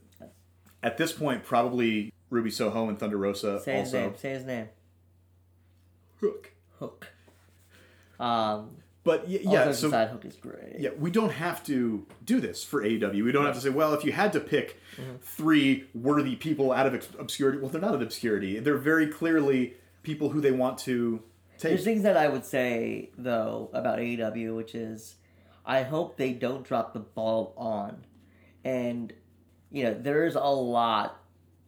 C: At this point, probably Ruby Soho and Thunder Rosa
D: Say his
C: also
D: name. Say his name.
C: hook.
D: Hook. Um,
C: But y-
D: yeah,
C: yeah, so
D: side hook is great.
C: yeah, we don't have to do this for AEW. We don't have to say, well, if you had to pick
D: Mm-hmm.
C: three worthy people out of obs- obscurity, well, they're not of obscurity. They're very clearly people who they want to take.
D: There's things that I would say though about AEW, which is, I hope they don't drop the ball on, and you know there's a lot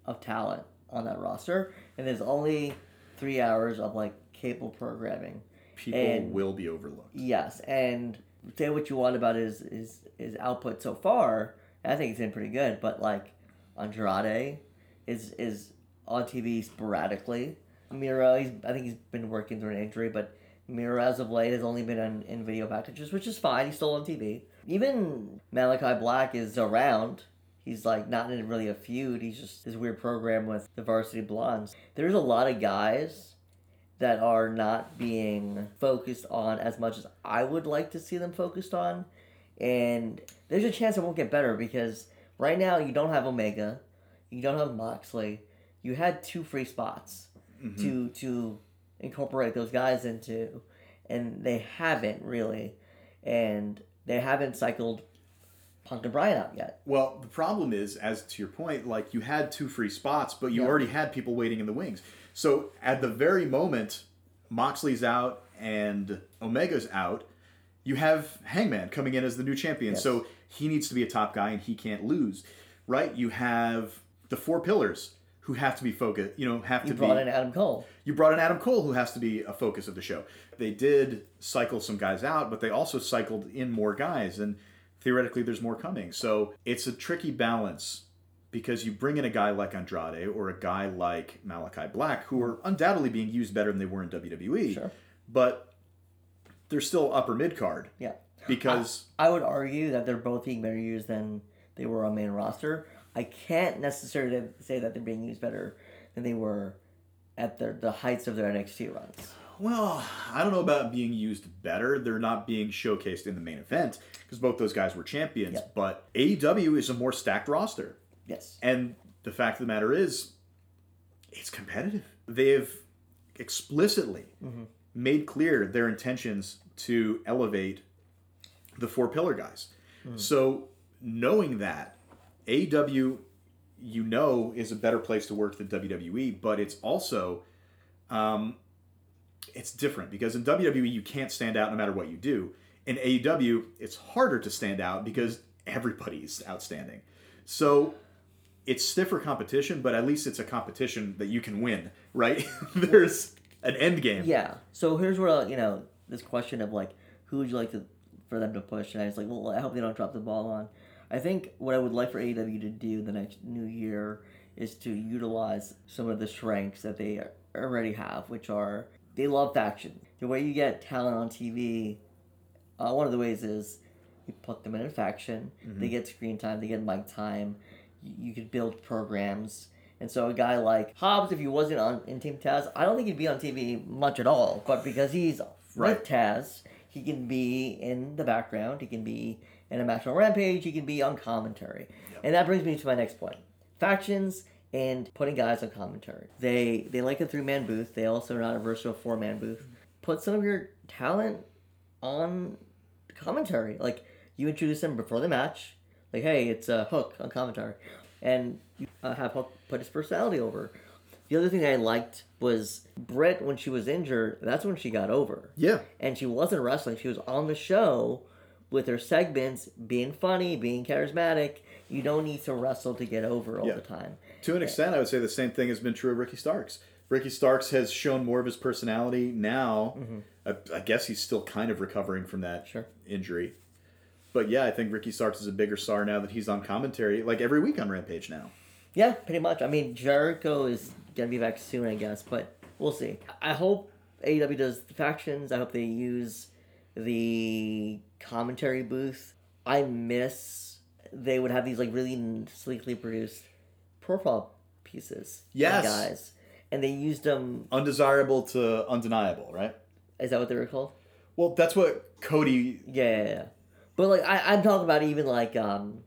D: of talent on that roster, and there's only three hours of like cable programming.
C: people
D: and-
C: will be overlooked.
D: Yes, and say what you want about his his, his output so far. and I think it's been pretty good, but like Andrade is is on TV sporadically. Miro, he's, I think he's been working through an injury, but Miro as of late has only been on, in video packages, which is fine. He's still on TV. Even Malachi Black is around. He's like not in really a feud. He's just this weird program with the Varsity Blondes. There's a lot of guys that are not being focused on as much as I would like to see them focused on. And there's a chance it won't get better because right now you don't have Omega, you don't have Moxley. You had two free spots to to incorporate those guys into, and they haven't really, and they haven't cycled Punk and Bryan out yet.
C: Well, the problem is, as to your point, like you had two free spots, but you
D: Yeah.
C: already had people waiting in the wings. So at the very moment Moxley's out and Omega's out, you have Hangman coming in as the new champion.
D: Yes.
C: So he needs to be a top guy and he can't lose, right? You have the four pillars who have to be focused, you know, have
D: You
C: to
D: brought
C: be
D: in Adam Cole.
C: you brought in Adam Cole, who has to be a focus of the show. They did cycle some guys out, but they also cycled in more guys, and theoretically, there's more coming. So it's a tricky balance because you bring in a guy like Andrade or a guy like Malachi Black, who are undoubtedly being used better than they were in WWE,
D: Sure.
C: but they're still upper mid card
D: Yeah.
C: because
D: I would argue that they're both being better used than they were on main roster. I can't necessarily say that they're being used better than they were at their, the heights of their NXT runs.
C: Well, I don't know about being used better. They're not being showcased in the main event because both those guys were champions.
D: Yep.
C: But AEW is a more stacked roster.
D: Yes.
C: And the fact of the matter is, it's competitive. They've explicitly made clear their intentions to elevate the four pillar guys. So, knowing that, AEW, you know, is a better place to work than WWE, but it's also. Um, it's different because in WWE you can't stand out no matter what you do. In AEW, it's harder to stand out because everybody's outstanding. So it's stiffer competition, but at least it's a competition that you can win, right? There's an end game.
D: Yeah. So here's where uh, you know this question of like, who would you like to for them to push? And I was like, well, I hope they don't drop the ball on. I think what I would like for AEW to do the next new year is to utilize some of the strengths that they already have, which are they love faction. The way you get talent on TV, uh, one of the ways is you put them in a faction. They get screen time. They get mic time. You, you could build programs. And so a guy like Hobbs, if he wasn't on in Team Taz, I don't think he'd be on TV much at all. But because he's
C: Right.
D: with Taz, he can be in the background. He can be in a match on Rampage. He can be on commentary. And that brings me to my next point: factions and putting guys on commentary. They they like a three man booth. They also are not averse to a four man booth. Put some of your talent on commentary. Like you introduce them before the match. Like, hey, it's uh, Hook on commentary, and you uh, have Hook put his personality over. The other thing I liked was Brett when she was injured. That's when she got over.
C: Yeah.
D: And she wasn't wrestling. She was on the show with her segments, being funny, being charismatic. You don't need to wrestle to get over all
C: Yeah.
D: the time.
C: To an extent, I would say the same thing has been true of Ricky Starks. Ricky Starks has shown more of his personality now. I, I guess he's still kind of recovering from that
D: Mm-hmm. Sure.
C: injury. But yeah, I think Ricky Starks is a bigger star now that he's on commentary, like every week on Rampage now.
D: Yeah, pretty much. I mean, Jericho is gonna be back soon, I guess, but we'll see. I hope AEW does the factions. I hope they use the commentary booth. I miss they would have these like really sleekly produced profile pieces. of
C: Yes.
D: guys, and they used them.
C: Undesirable to undeniable, right?
D: Is that what they were called?
C: Well, that's what Cody.
D: Yeah, yeah, yeah. But like I, I'm talking about even like um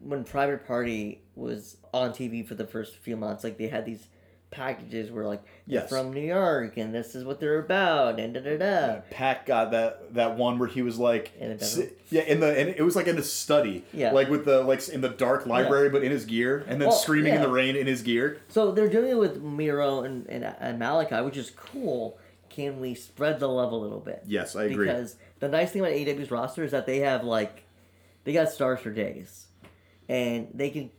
D: when Private Party was on TV for the first few months, like they had these packages where like they're
C: Yes.
D: from New York and this is what they're about and da da da.
C: Pack got that that one where he was like,
D: In a bedroom.
C: si- yeah, in the and it was like in a study,
D: Yeah.
C: like with the like in the dark library, but in his gear, and then
D: Well,
C: screaming in
D: yeah.
C: the rain in his gear.
D: So they're doing it with Miro and, and, and Malachi, which is cool. Can we spread the love a little bit?
C: Yes, I agree.
D: Because the nice thing about AEW's roster is that they have like they got stars for days. And they can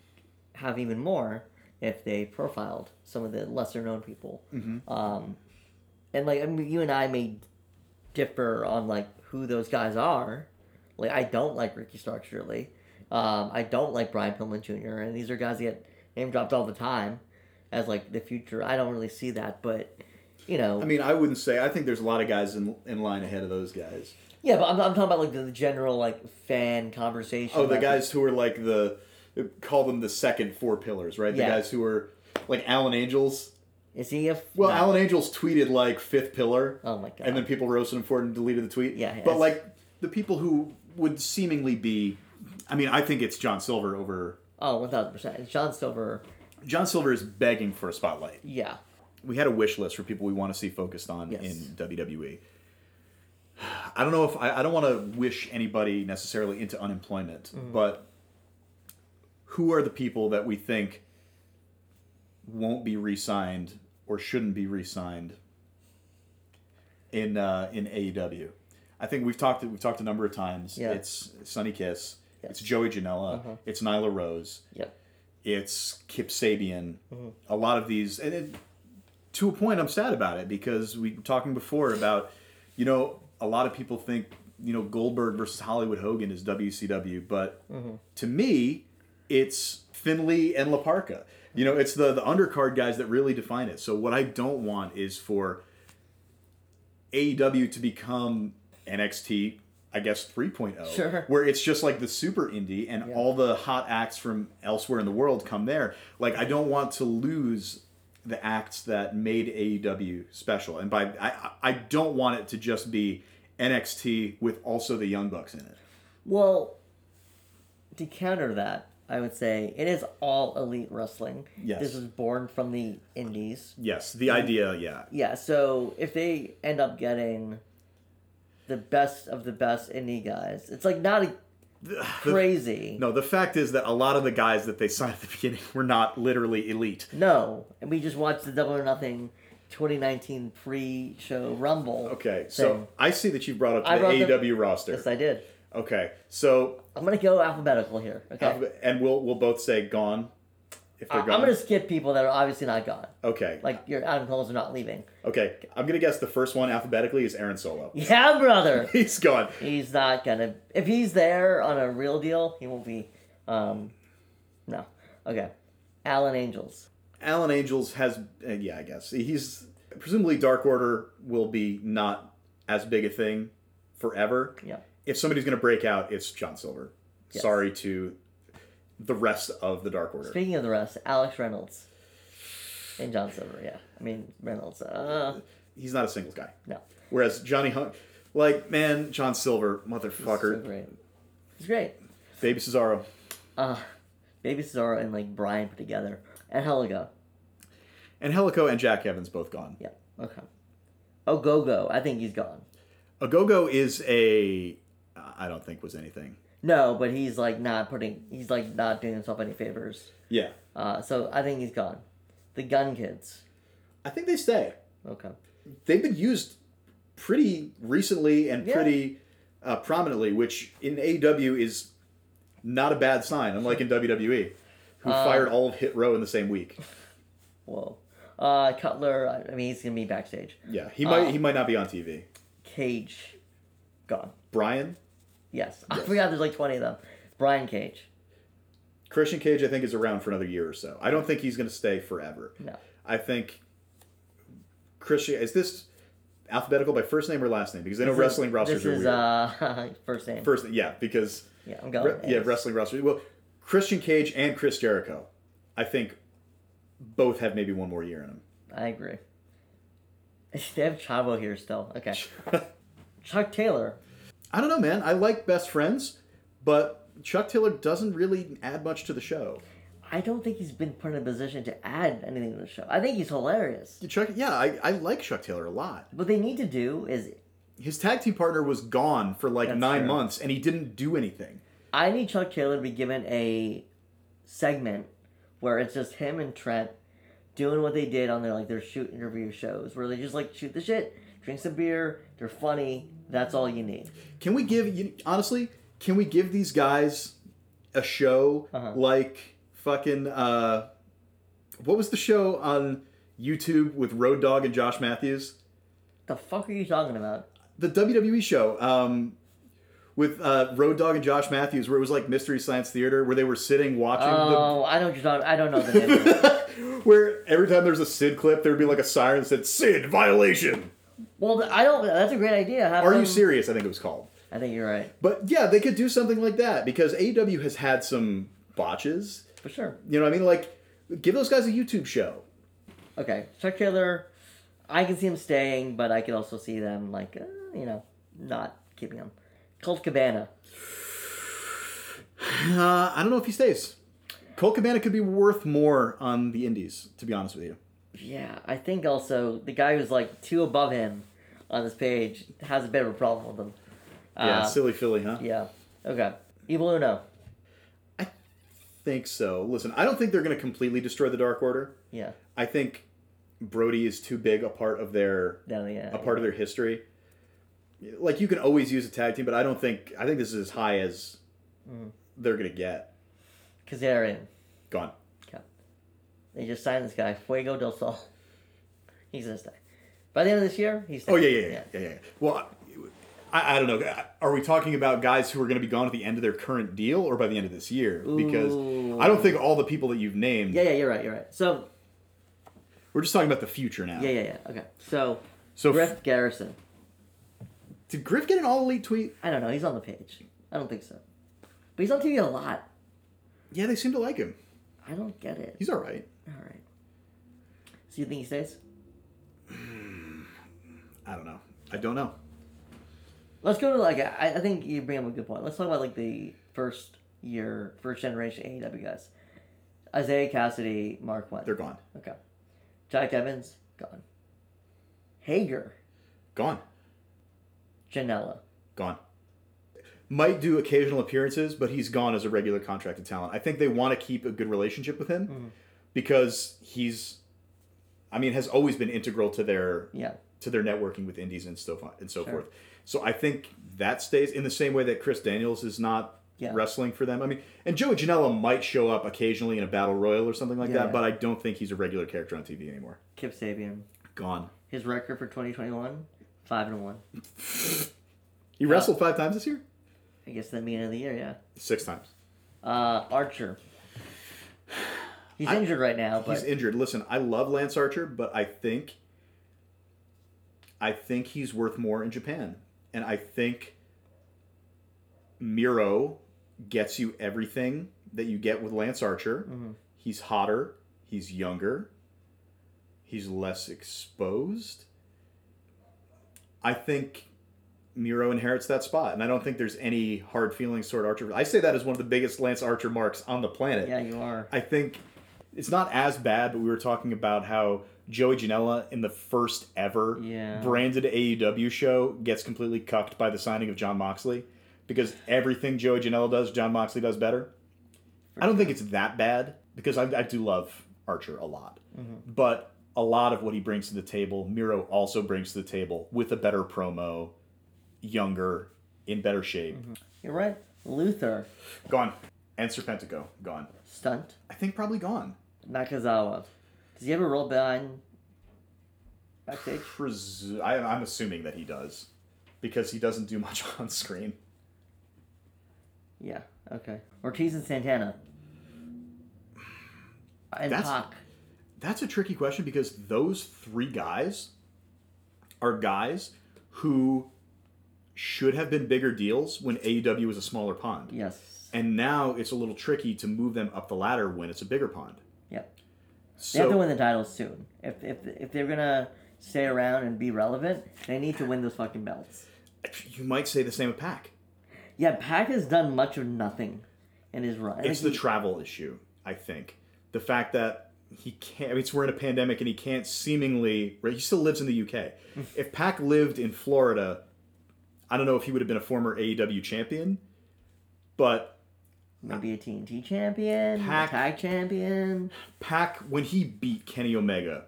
D: have even more if they profiled some of the lesser known people. Um, and like I mean, you and I may differ on like who those guys are. Like I don't like Ricky Stark surely. Um, I don't like Brian Pillman Jr. And these are guys that get name dropped all the time as like the future. I don't really see that, but you know,
C: I mean, I wouldn't say. I think there's a lot of guys in, in line ahead of those guys.
D: yeah. But I'm, I'm talking about like the, the general like fan conversation.
C: Oh, the
D: about
C: guys who are like the call them the second four pillars, right?
D: Yeah.
C: The guys who are like Alan Angels.
D: Is he a f-
C: Well,
D: no.
C: Alan Angels tweeted like fifth pillar.
D: Oh my God.
C: And then people roasted him for it and deleted the tweet.
D: Yeah,
C: But
D: it's-
C: like the people who would seemingly be, I mean, I think it's John Silver over.
D: Oh, one thousand percent. John Silver.
C: John Silver is begging for a spotlight.
D: Yeah.
C: We had a wish list for people we want to see focused on
D: Yes.
C: in WWE. I don't know if I, I don't want to wish anybody necessarily into unemployment,
D: Mm-hmm.
C: but who are the people that we think won't be re-signed or shouldn't be re-signed in uh, in AEW. I think we've talked we've talked a number of times.
D: Yeah.
C: It's Sunny Kiss.
D: Yes. Uh-huh.
C: It's Joey Janela. It's Nyla Rose.
D: Yep.
C: It's Kip Sabian. A lot of these, and it, to a point, I'm sad about it because we were talking before about, you know, a lot of people think you know Goldberg versus Hollywood Hogan is WCW, but to me, it's Finley and Laparca. You know, it's the the undercard guys that really define it. So what I don't want is for AEW to become NXT, I guess 3.0,
D: Sure.
C: where it's just like the super indie and all the hot acts from elsewhere in the world come there. Like I don't want to lose the acts that made AEW special, and by I I- I don't want it to just be NXT with also the Young Bucks in it.
D: Well, to counter that, I would say it is all elite wrestling.
C: Yes.
D: This was born from the indies.
C: Yes, the idea, yeah.
D: Yeah, so if they end up getting the best of the best indie guys, it's like not a crazy.
C: No, the fact is that a lot of the guys that they signed at the beginning were not literally elite.
D: No. And we just watched the Double or Nothing 2019 pre show Rumble.
C: Okay,
D: thing.
C: so I see that you brought up
D: I
C: the
D: brought them-
C: AEW roster.
D: Yes, I did.
C: Okay, so uh,
D: I'm going to go alphabetical here. Okay.
C: and we'll we'll both say gone if
D: I-
C: they're
D: I'm
C: gone.
D: going to skip people that are obviously not gone.
C: Okay,
D: Like your Adam Cole's are not leaving.
C: okay, I'm gonna guess the first one alphabetically is Aaron Solo.
D: Yeah, brother.
C: He's gone.
D: he's not gonna. If he's there on a real deal, he won't be. Um, no. Okay. Alan Angels.
C: Alan Angels has uh, yeah, I guess he's presumably Dark Order will be not as big a thing forever.
D: Yeah.
C: If somebody's gonna break out, it's John Silver.
D: Yes.
C: Sorry to the rest of the Dark Order.
D: Speaking of the rest, Alex Reynolds and John Silver. Yeah. I mean Reynolds. Uh,
C: He's not a singles guy.
D: no.
C: Whereas Johnny Hunt, like man, John Silver,
D: So
C: motherfucker,
D: great. He's great.
C: Baby Cesaro.
D: Uh, Baby Cesaro and like Brian put together and Heligo.
C: And Helico and Jack Evans both gone.
D: Yeah. Okay. Oh, Go Go. I think he's gone.
C: Agogo is a I don't think was anything.
D: No, but he's like not putting. He's like not doing himself any favors.
C: Yeah.
D: Uh, so I think he's gone. The Gun Kids.
C: I think they stay.
D: Okay.
C: They've been used pretty recently and
D: Yeah.
C: pretty uh, prominently, which in AEW is not a bad sign, unlike in WWE, who
D: Uh,
C: fired all of Hit Row in the same week.
D: Whoa. Uh, Cutler, I- I mean, he's going to be backstage.
C: Yeah, he
D: uh,
C: might he might not be on TV.
D: Cage, gone.
C: Brian
D: Yes. I forgot there's like 20 of them. Brian Cage,
C: Christian Cage, I think, is around for another year or so. I don't think he's going to stay forever.
D: no.
C: I think Christian is this alphabetical by first name or last name because I know
D: This is-
C: wrestling rosters
D: This
C: are
D: is,
C: weird.
D: uh, first name.
C: first, yeah, because
D: yeah, I'm going.
C: re- yeah,
D: A's.
C: wrestling rosters. Well, Christian Cage and Chris Jericho, I think, both have maybe one more year in them.
D: I agree. They have Chavo here still. Okay. Chuck Taylor.
C: I don't know, man. I like best friends, but Chuck Taylor doesn't really add much to the show.
D: I don't think he's been put in a position to add anything to the show. I think he's hilarious.
C: Chuck, yeah, I, I like Chuck Taylor a lot.
D: What they need to do is
C: His tag team partner was gone for like
D: That's
C: nine
D: true.
C: months, and he didn't do anything.
D: I need Chuck Taylor to be given a segment where it's just him and Trent doing what they did on their like their shoot interview shows, where they just like shoot the shit, drink some beer, they're funny. That's all you need.
C: Can we give you honestly? Can we give these guys a show
D: Uh-huh.
C: like fucking uh, what was the show on YouTube with Road Dogg and Josh Matthews?
D: The fuck are you talking about?
C: The WWE show um, with uh, Road Dogg and Josh Matthews, where it was like Mystery Science Theater, where they were sitting watching
D: Oh, I know what you're talking. I don't know the name. of it.
C: the. Where every time there's a Sid clip, there would be like a siren that said "Sid violation."
D: Well, th- I don't. That's a great idea. Have
C: Are you
D: them-
C: serious? I think it was called.
D: I think you're right.
C: But yeah, they could do something like that because AEW has had some botches.
D: For sure.
C: You know what I mean? Like, give those guys a YouTube show.
D: Okay, Chuck Taylor, I can see him staying, but I could also see them like uh, you know not keeping him. Colt Cabana,
C: Uh, I don't know if he stays. Cole Cabana could be worth more on the Indies, to be honest with you.
D: yeah, I think also the guy who's like two above him on this page has a bit of a problem with him.
C: Yeah,
D: Uh,
C: silly Philly, huh?
D: yeah. Okay, Evil Uno.
C: Think so. Listen, I don't think they're going to completely destroy the Dark Order.
D: Yeah,
C: I think Brody is too big a part of their
D: no, yeah.
C: a part of their history. Like you can always use a tag team, but I don't think I think this is as high as
D: Mm.
C: they're going to get.
D: Kazarian.
C: Gone.
D: Okay. They just signed this guy, Fuego del Sol. He's gonna stay. By the end of this year, he's.
C: Oh yeah, yeah, yeah, yeah, yeah. yeah. Well, I, I don't know. Are we talking about guys who are going to be gone at the end of their current deal or by the end of this year? Because I don't think all the people that you've named.
D: Yeah, yeah, you're right, you're right. So,
C: We're just talking about the future now.
D: yeah, yeah, yeah. Okay, so
C: So f-
D: Griff Garrison.
C: did Griff get an all elite tweet?
D: I don't know. He's on the page. I don't think so. But he's on TV a lot.
C: Yeah, they seem to like him.
D: I don't get it.
C: He's all right.
D: All right. So you think he stays?
C: I don't know. I don't know.
D: Let's go to like I, I think you bring up a good point. Let's talk about like the first year, first generation AEW guys. Isaiah Cassidy, Mark Went.
C: They're gone.
D: Okay. Jack Evans gone. Hager,
C: Gone.
D: Janela.
C: Gone. Might do occasional appearances, but he's gone as a regular contracted talent. I think they want to keep a good relationship with him
D: Mm.
C: because he's, I mean, has always been integral to their
D: Yeah.
C: to their networking with indies and so on and so
D: Sure.
C: forth. So I think that stays in the same way that Chris Daniels is not
D: Yeah.
C: wrestling for them. I mean, and Joey Janela might show up occasionally in a battle royal or something like
D: Yeah,
C: that,
D: yeah.
C: but I don't think he's a regular character on TV anymore.
D: Kip Sabian.
C: Gone.
D: His record for 2021, 5 and 1.
C: He wrestled five times this year.
D: I guess the mean of the year, yeah.
C: Six times.
D: Uh, Archer. He's injured right now, but
C: he's injured. Listen, I love Lance Archer, but I think I think he's worth more in Japan. And I think Miro gets you everything that you get with Lance Archer.
D: Mm-hmm.
C: He's hotter, he's younger, he's less exposed. I think Miro inherits that spot, and I don't think there's any hard feelings toward Archer. I say that as one of the biggest Lance Archer marks on the planet.
D: yeah, you are.
C: I think it's not as bad, but we were talking about how Joey Janela in the first ever
D: Yeah.
C: branded AEW show gets completely cucked by the signing of John Moxley because everything Joey Janela does, John Moxley does better. I don't think it's that bad because I, I do love Archer a lot, but a lot of what he brings to the table, Miro also brings to the table with a better promo, younger, in better shape.
D: You're right. Luther.
C: Gone. And Serpentico, gone.
D: Stunt.
C: I think probably gone.
D: Nakazawa. Does he ever roll behind backstage?
C: presu- I, I'm assuming that he does because he doesn't do much on screen.
D: Yeah, okay. Ortiz and Santana. And
C: That's-
D: Pac.
C: That's a tricky question because those three guys are guys who should have been bigger deals when AEW was a smaller pond.
D: Yes.
C: And now it's a little tricky to move them up the ladder when it's a bigger pond.
D: Yep. They
C: So
D: have to win the titles soon. If, if, if they're gonna stay around and be relevant, they need to win those fucking belts.
C: you might say the same with Pac.
D: Yeah, Pac has done much of nothing in his run. I
C: It's the
D: think he-
C: travel issue, I think. The fact that he can't, I mean, it's, we're in a pandemic and he can't seemingly, right? He still lives in the UK. if Pac lived in Florida, I don't know if he would have been a former AEW champion, but
D: maybe a TNT champion,
C: Pac-
D: a tag champion.
C: Pac, when he beat Kenny Omega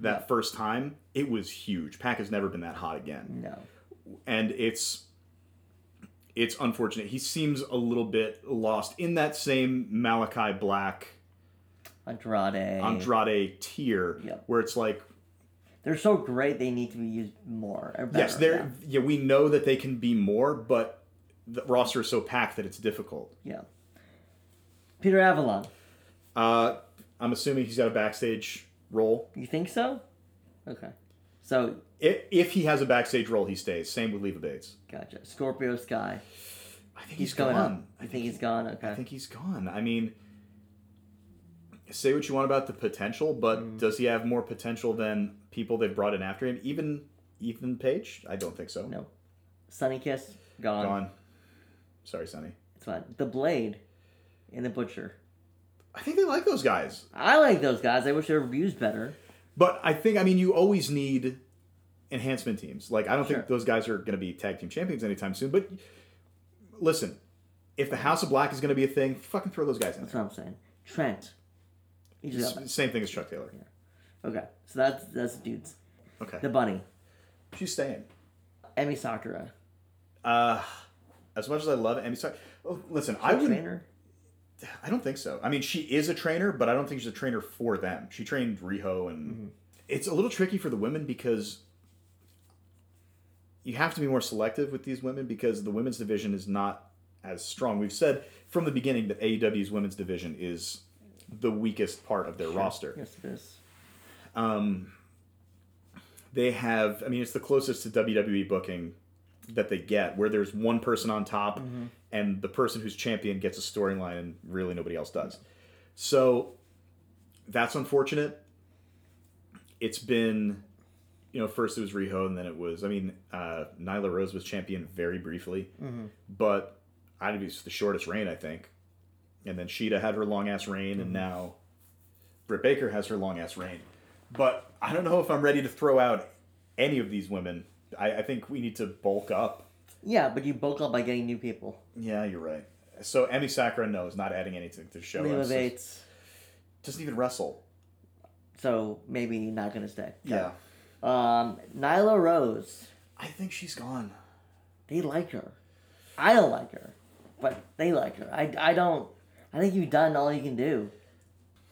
C: that first time, it was huge. Pac has never been that hot again.
D: No.
C: and it's it's unfortunate. He seems a little bit lost in that same Malachi Black
D: Andrade.
C: Andrade tier
D: Mm-hmm. Yep.
C: where it's like
D: They're so great they need to be used more. or
C: yes,
D: better,
C: they're yeah. we know that they can be more, but the roster is so packed that it's difficult.
D: Yeah. yeah. Peter Avalon.
C: Uh, I'm assuming he's got a backstage role.
D: You think so? Okay. So
C: If, if he has a backstage role, he stays. Same with Leva Bates.
D: gotcha. Scorpio Sky.
C: I think
D: He's,
C: he's
D: going
C: gone.
D: up. You
C: I
D: think, he's gone? Okay.
C: I think he's gone. I mean, say what you want about the potential, but does he have more potential than people they've brought in after him? Even Ethan Page? I don't think so.
D: No. Sunny Kiss, gone.
C: Gone. Sorry, Sonny.
D: It's fine. The Blade and the Butcher.
C: I think they like those guys.
D: I like those guys. I wish their reviews better.
C: But I think I mean you always need enhancement teams. Like I don't
D: Sure.
C: think those guys are going to be tag team champions anytime soon. But listen, if the House of Black is going to be a thing, fucking throw those guys in
D: That's what
C: there.
D: I'm saying. Trent. He just got
C: S- Same thing as Chuck Taylor.
D: Okay, so that's that's dudes.
C: Okay,
D: The bunny,
C: she's staying.
D: Emmy Sakura,
C: Uh, as much as I love Emmy, sorry. Oh, listen, I would.
D: trainer.
C: I don't think so. I mean, she is a trainer, but I don't think she's a trainer for them. She trained Riho, and it's a little tricky for the women because you have to be more selective with these women because the women's division is not as strong. We've said from the beginning that AEW's women's division is the weakest part of their roster.
D: Yes, it is.
C: They have, I mean, it's the closest to WWE booking that they get, where there's one person on top and the person who's champion gets a storyline and really nobody else does. So that's unfortunate. It's been, you know, first it was Riho and then it was, I mean, uh, Nyla Rose was champion very briefly, but I think it's the shortest reign, I think. And then Sheeta had her long ass reign and now Britt Baker has her long ass reign. But I don't know if I'm ready to throw out any of these women. I, I think we need to bulk up
D: Yeah, but you bulk up by getting new people.
C: yeah, you're right. So Emmy Sakura, no, is not adding anything to the show.
D: Leva
C: It's Oh, just-
D: Bates,
C: doesn't even wrestle.
D: so maybe not gonna stay.
C: Yeah.
D: Um, Nyla Rose,
C: I think she's gone.
D: they like her. I don't like her, but they like her. I, I don't. I think you've done all you can do.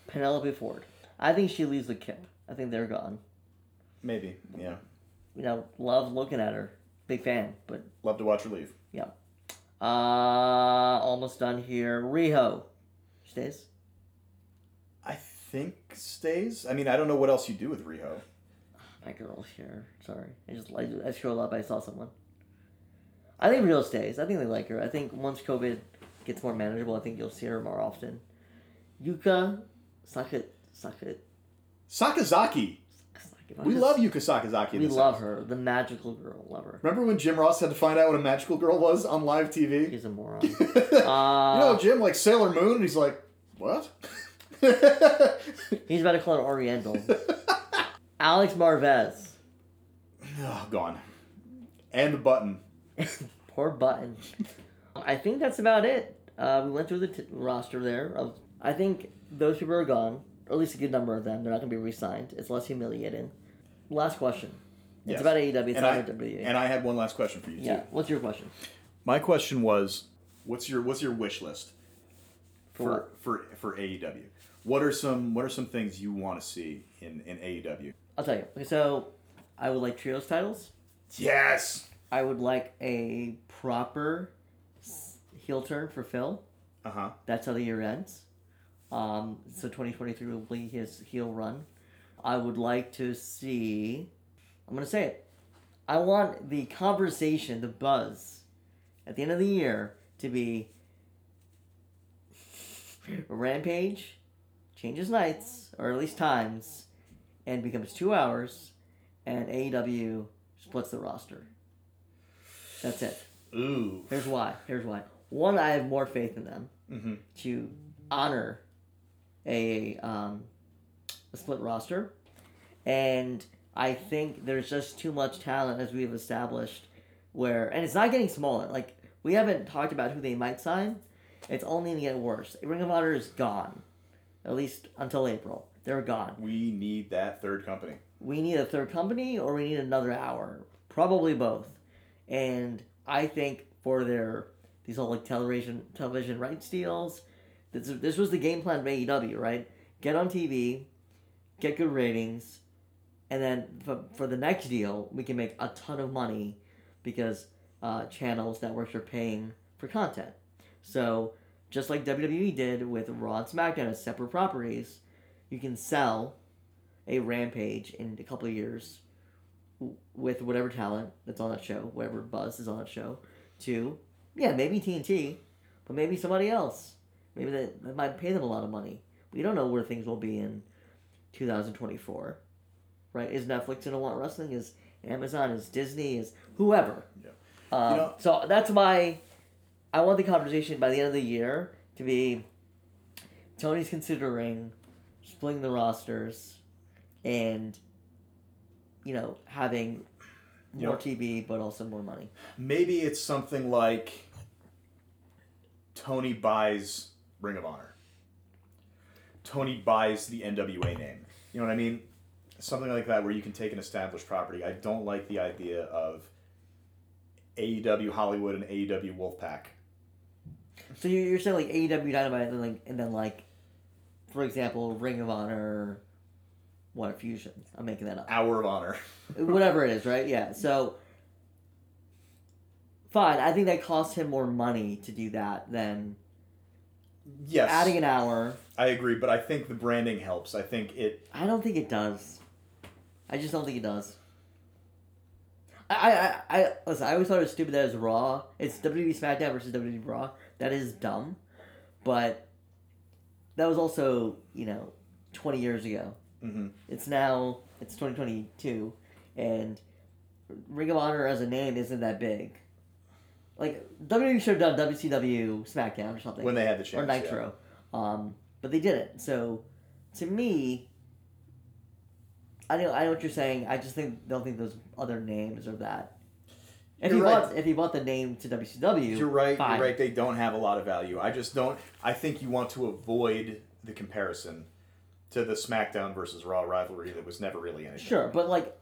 D: Penelope Ford. I think she leaves the kip. I think they're gone.
C: Maybe. Yeah.
D: You know, love looking at her. Big fan, but
C: Love to watch her leave.
D: Yeah. Uh, almost done here. Riho stays.
C: I think stays. I mean, I don't know what else you do with Riho.
D: My girl here. Sorry, I just I, I scrolled up. I saw someone. I think Riho stays. I think they like her. I think once COVID gets more manageable, I think you'll see her more often. Yuka, suck it, suck it.
C: Sakazaki.
D: Suck it.
C: We love Yuka Sakazaki. in
D: We
C: this
D: love
C: house.
D: her. The magical girl. Love her.
C: Remember when Jim Ross had to find out what a magical girl was on live TV?
D: She's a moron. uh,
C: you know, Jim, like Sailor Moon, and he's like, what?
D: He's about to call her Oriental. Alex Marvez.
C: oh, gone. And Button.
D: Poor Button. I think that's about it. Uh, we went through the t- roster there. Of I think those people are gone, or at least a good number of them. They're not going to be re-signed. It's less humiliating. Last question. It's
C: Yes.
D: about AEW. It's
C: And
D: not
C: I,
D: WWE.
C: and I had one last question for you,
D: yeah.
C: too.
D: What's your question?
C: My question was, what's your what's your wish list for
D: what?
C: for for AEW? What are some what are some things you want to see in in E AEW?
D: I'll tell you. Okay, so I would like trios titles.
C: Yes.
D: I would like a proper s- heel turn for Phil.
C: Uh huh.
D: That's how the year ends. Um, so 2023 will be his heel run. I would like to see. I'm going to say it. I want the conversation, the buzz, at the end of the year to be Rampage changes nights, or at least times, and becomes two hours, and AEW splits the roster. That's it.
C: Ooh.
D: Here's why. Here's why. One, I have more faith in them to honor a um, a split roster, and I think there's just too much talent as we've established. Where and it's not getting smaller. Like we haven't talked about who they might sign. It's only going to get worse. Ring of Honor is gone, at least until April. They're gone
C: We need that third company.
D: we need a third company or we need another hour probably both and i think for their these whole like television television rights deals this, this was the game plan for aew right get on tv get good ratings and then for, for the next deal we can make a ton of money because uh, channels networks are paying for content so just like wwe did with raw and smackdown as separate properties you can sell a rampage in a couple of years w- with whatever talent that's on that show, whatever buzz is on that show, to yeah, maybe TNT, but maybe somebody else. Maybe that, that might pay them a lot of money. We don't know where things will be in 2024, right? Is Netflix gonna want wrestling? Is Amazon? Is Disney? Is whoever?
C: Yeah.
D: Um,
C: know-
D: so that's my. I want the conversation by the end of the year to be. Tony's considering splitting the rosters, and you know having more
C: Yep.
D: TV, but also more money.
C: Maybe it's something like Tony buys Ring of Honor. Tony buys the NWA name. You know what I mean? Something like that where you can take an established property. I don't like the idea of AEW Hollywood and AEW Wolfpack.
D: So you- you're saying like AEW Dynamite, and then like, and then like, for example, Ring of Honor, what Fusion? I'm making that up.
C: Hour of Honor.
D: Whatever it is, right? Yeah. So fine. I think that costs him more money to do that than
C: Yes.
D: adding an hour.
C: I agree, but I think the branding helps. I think it
D: I don't think it does. I just don't think it does. I I, I, I listen. I always thought it was stupid that it's Raw. It's WWE SmackDown versus WWE Raw. That is dumb, but that was also you know twenty years ago.
C: Mhm.
D: It's now it's twenty twenty two, and Ring of Honor as a name isn't that big. Like WWE should have done WCW SmackDown or something
C: when they had the chance.
D: or
C: yeah.
D: Nitro. Um, but they didn't. So, to me, I know I know what you're saying. I just think don't think those other names are that. If
C: You're
D: he
C: right.
D: bought if he bought the name to WCW,
C: You're right.
D: fine.
C: You're right. They don't have a lot of value. I just don't. I think you want to avoid the comparison to the SmackDown versus Raw rivalry that was never really anything.
D: Sure, but like,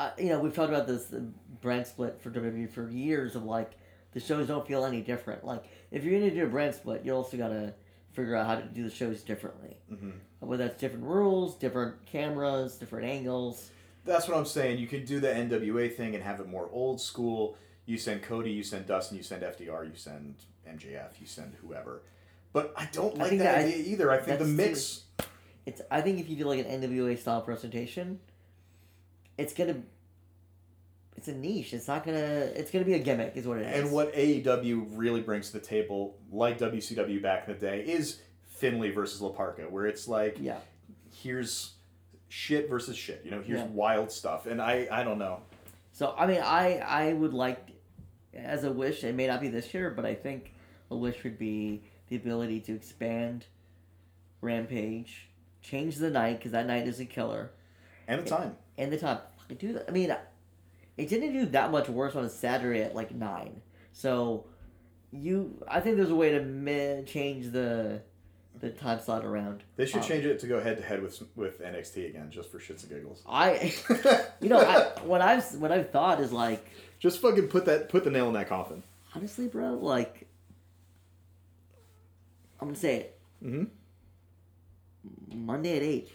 D: uh, you know, we've talked about this uh, brand split for WWE for years. Of like, the shows don't feel any different. Like, if you're gonna do a brand split, you also gotta figure out how to do the shows differently.
C: Mhm.
D: Whether that's different rules, different cameras, different angles.
C: That's what I'm saying. You could do the NWA thing and have it more old school. You send Cody, you send Dustin, you send FDR, you send MJF, you send whoever. But I don't like that,
D: think that I-
C: idea either. I think the
D: that's too-
C: mix.
D: It's. I think if you do like an NWA style presentation, it's gonna. It's a niche. It's not gonna. It's gonna be a gimmick, is what it is.
C: And what AEW really brings to the table, like WCW back in the day, is Finley versus Laparca, where it's like,
D: Yeah.
C: here's shit versus shit. You know, here's
D: Yeah.
C: wild stuff. And I, I don't know.
D: So I mean, I I would like, as a wish, it may not be this year, but I think a wish would be the ability to expand Rampage, change the night because that night is a killer,
C: And the time.
D: and the time fucking do that. I mean, it didn't do that much worse on a Saturday at like nine. So you, I think there's a way to mi- change the the time slot around.
C: They should
D: Um,
C: change it to go head to head with with NXT again, just for shits and giggles.
D: I, you know, I, what I've what I've thought is like.
C: just fucking put that put the nail in that coffin.
D: honestly, bro, like, I'm gonna say it. Mm-hmm. Monday at eight.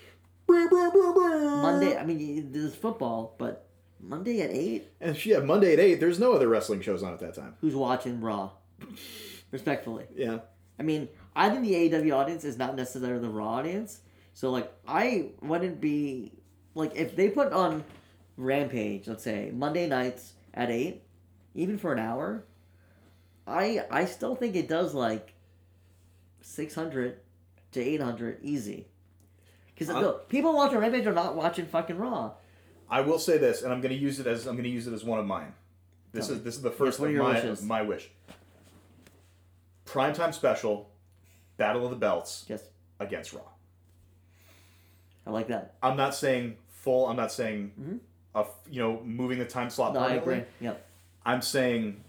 D: Monday. I mean, y- there's football, but Monday at eight.
C: And she yeah, Monday at eight. There's no other wrestling shows on at that time.
D: Who's watching Raw? Respectfully,
C: Yeah,
D: I mean, I think the AEW audience is not necessarily the Raw audience. So, like, I wouldn't be like if they put on Rampage, let's say Monday nights at eight, even for an hour. I I still think it does like six hundred to eight hundred easy. Because
C: I'm-
D: people watching Rampage are not watching fucking Raw.
C: I will say this, and I'm gonna use it as I'm gonna use it as one of mine. This
D: Tell
C: is
D: me.
C: this is the first
D: Yes, what
C: of
D: are your
C: my
D: wishes?
C: my wish. Primetime special, Battle of the Belts
D: Yes,
C: against Raw.
D: I like that.
C: I'm not saying full. I'm not saying a f you know moving the time slot.
D: Mm-hmm. No, I
C: permanently.
D: agree. Yep.
C: I'm saying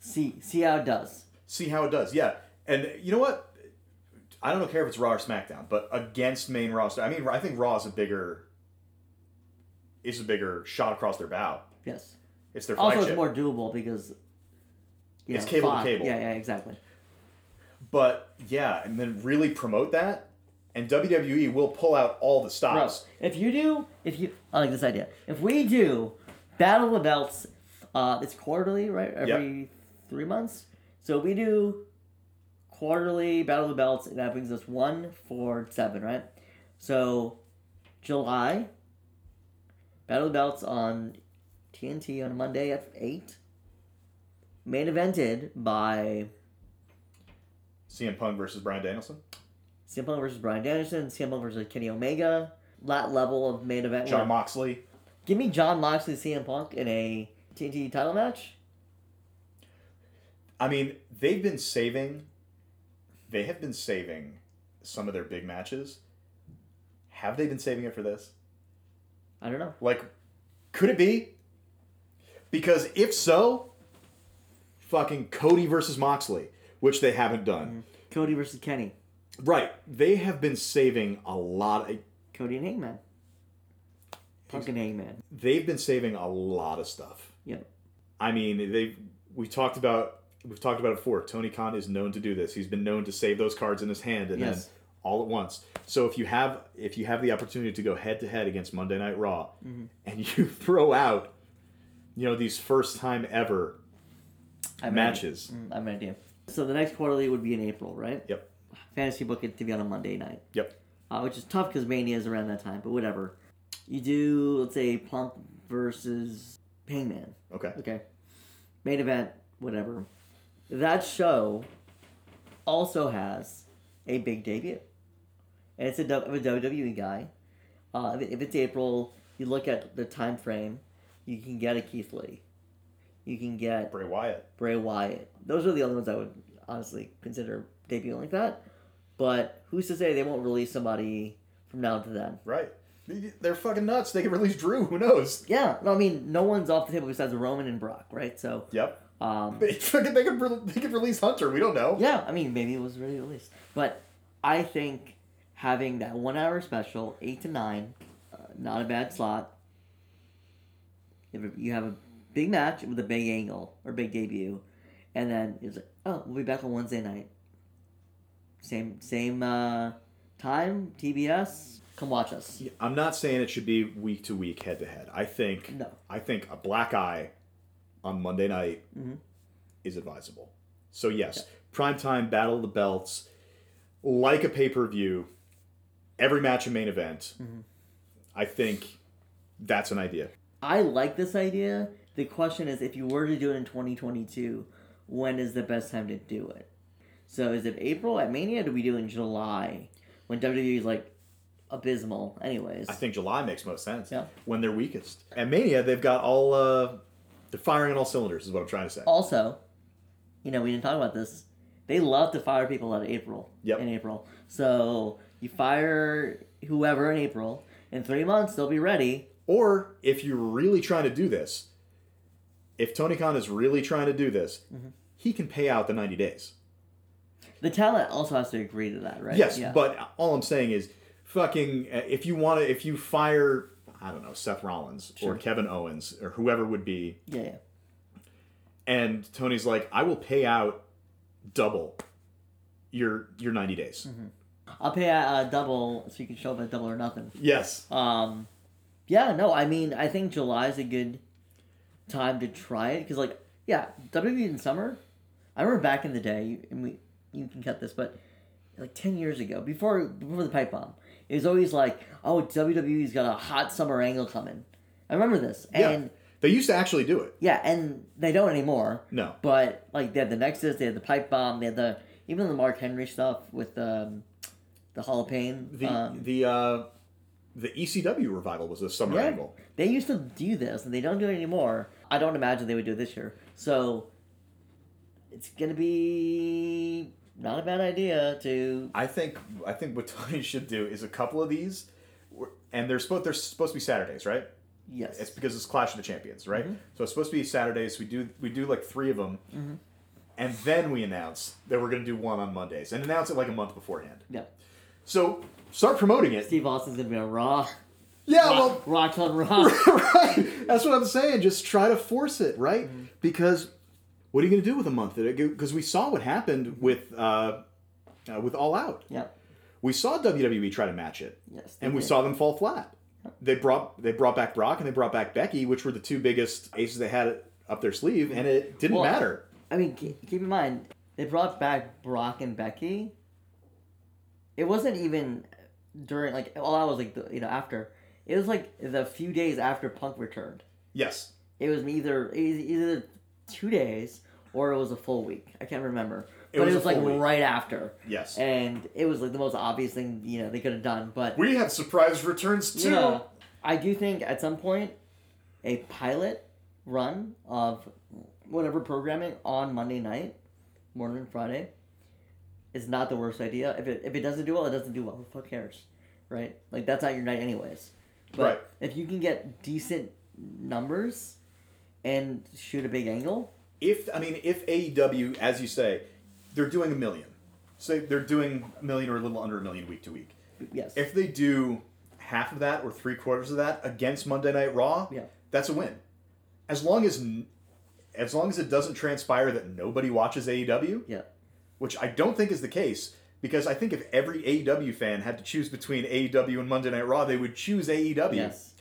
D: See see how it does.
C: see how it does. Yeah, and you know what? I don't care if it's Raw or SmackDown, but against main roster. I mean, I think Raw is a bigger is a bigger shot across their bow.
D: Yes.
C: It's their
D: Also,
C: flagship.
D: it's more doable because you
C: It's cable to
D: Fox-
C: cable.
D: Yeah, yeah, exactly.
C: But yeah, and then really promote that, and WWE will pull out all the
D: Bro,
C: stops.
D: if you do, if you, I like this idea. If we do Battle of the Belts, uh, it's quarterly, right? Every three months. So we do quarterly Battle of the Belts, and that brings us one, four, seven, right? So July, Battle of the Belts on TNT on Monday at eight. Main evented by
C: CM Punk versus Brian Danielson.
D: CM Punk versus Brian Danielson, CM Punk versus Kenny Omega, that level of main event.
C: John
D: work.
C: Moxley.
D: Give me John Moxley, CM Punk in a TNT title match.
C: I mean, they've been saving. They have been saving some of their big matches. Have they been saving it for this?
D: I don't know.
C: Like, could it be? Because if so, fucking Cody versus Moxley, which they haven't done.
D: Cody versus Kenny.
C: Right. They have been saving a lot. Of,
D: Cody and Hangman. Punk and Hangman.
C: they've been saving a lot of stuff.
D: Yep.
C: I mean, they we talked about we've talked about it before. Tony Khan is known to do this. He's been known to save those cards in his hand and
D: Yes.
C: then all at once. So if you have if you have the opportunity to go head to head against Monday Night Raw and you throw out you know these first time ever
D: I have an
C: matches.
D: idea. Mm, I have an idea. So the next quarterly would be in April, right?
C: Yep.
D: Fantasy book it to be on a Monday night,
C: Yep.
D: uh, which is tough because Mania is around that time, but whatever. You do, let's say, Plump versus Hangman.
C: Okay.
D: Okay. Main event, whatever. That show also has a big debut. And it's a, du- of a WWE guy. Uh, if it- if it's April, you look at the time frame, you can get a Keith Lee. You can get
C: Bray Wyatt.
D: Bray Wyatt. Those are the only ones I would honestly consider debuting like that. But who's to say they won't release somebody from now to then?
C: Right. They- They're fucking nuts. They can release Drew. Who knows?
D: Yeah, no, I mean, no one's off the table besides Roman and Brock, right? So,
C: Yep.
D: um,
C: They fucking they could re- they could release Hunter. We don't know.
D: Yeah, I mean, maybe it was already released. But I think having that one hour special, 8 to 9, uh, not a bad slot. You have, a, you have a big match with a big angle or big debut. And then it's like, oh, we'll be back on Wednesday night. Same same uh, time, TBS. Come watch us.
C: I'm not saying it should be week to week, head to head. I think
D: No.
C: I think a black eye on Monday night
D: Mm-hmm.
C: is advisable. So yes, prime time battle of the belts, like a pay per view, every match a main event.
D: Mm-hmm.
C: I think that's an idea.
D: I like this idea. The question is, if you were to do it in 2022, when is the best time to do it? So is it April at Mania? Do we do it in July when WWE is like abysmal? Anyways,
C: I think July makes most sense
D: Yeah.
C: when they're weakest. At Mania, they've got all uh, they're firing on all cylinders. Is what I'm trying to say.
D: also, you know, we didn't talk about this. They love to fire people out of April.
C: Yep.
D: In April, so you fire whoever in April. In three months, they'll be ready.
C: Or if you're really trying to do this, if Tony Khan is really trying to do this,
D: Mm-hmm.
C: he can pay out the 90 days.
D: The talent also has to agree to that, right?
C: Yes,
D: Uh, Yeah.
C: but all I'm saying is fucking uh, if you want to if you fire I don't know, Seth Rollins or Kevin Owens or whoever would be
D: yeah, yeah.
C: and Tony's like, "I will pay out double your your 90 days."
D: Mm-hmm. I'll pay uh, double so you can show up at double or nothing.
C: Yes.
D: Um, yeah, no, I mean, I think July is a good time to try it because, like, yeah, WWE in summer. I remember back in the day, and we you can cut this, but like ten years ago, before before the pipe bomb, it was always like, oh, WWE's got a hot summer angle coming. I remember this,
C: yeah.
D: and
C: They used to actually do it.
D: yeah, and they don't anymore.
C: No.
D: But like they had the Nexus, they had the pipe bomb, they had the even the Mark Henry stuff with um, the Hall of Pain.
C: The
D: um,
C: the uh the ECW revival was a summer
D: Yeah.
C: angle.
D: They used to do this, and they don't do it anymore. I don't imagine they would do it this year. So it's gonna be not a bad idea to.
C: I think I think what Tony should do is a couple of these, were- and they're supposed they're supposed to be Saturdays, right?
D: Yes.
C: It's because it's Clash of the Champions, right? So it's supposed to be Saturdays. We do we do like three of them, and then we announce that we're going to do one on Mondays, and announce it like a month beforehand.
D: yeah.
C: So start promoting it.
D: Steve Austin's gonna be on Raw.
C: Yeah,
D: Raw,
C: well,
D: Raw Club Raw.
C: right. That's what I'm saying. Just try to force it, right? Because what are you going to do with a month? Because we saw what happened with uh, uh, with All Out.
D: yeah.
C: We saw WWE try to match it,
D: Yes, they
C: and we
D: did.
C: saw them fall flat. They brought they brought back Brock and they brought back Becky, which were the two biggest aces they had up their sleeve, and it didn't
D: Well-
C: matter.
D: I mean, ke- keep in mind they brought back Brock and Becky. It wasn't even during like all I was like the, you know after. It was like the few days after Punk returned.
C: Yes,
D: it was either it was either two days or it was a full week. I can't remember.
C: It
D: but
C: was
D: it
C: a
D: was like
C: full week.
D: right after.
C: Yes.
D: And it was like the most obvious thing you know they could have done, but
E: We have surprise returns too.
D: you know, I do think at some point a pilot run of whatever programming on Monday night, morning and Friday, is not the worst idea. If it if it doesn't do well, it doesn't do well. Who the fuck cares, right? Like that's not your night anyways. But
E: Right.
D: if you can get decent numbers and shoot a big angle,
C: if I mean if AEW, as you say, they're doing a million. Say they're doing a million or a little under a million week to week.
D: yes.
C: If they do half of that or three quarters of that against Monday Night Raw,
D: Yeah.
C: that's a win. As long as n- as long as it doesn't transpire that nobody watches E AEW,
D: yeah.
C: which I don't think is the case, because I think if every AEW fan had to choose between AEW and Monday Night Raw, they would choose AEW
D: Yes.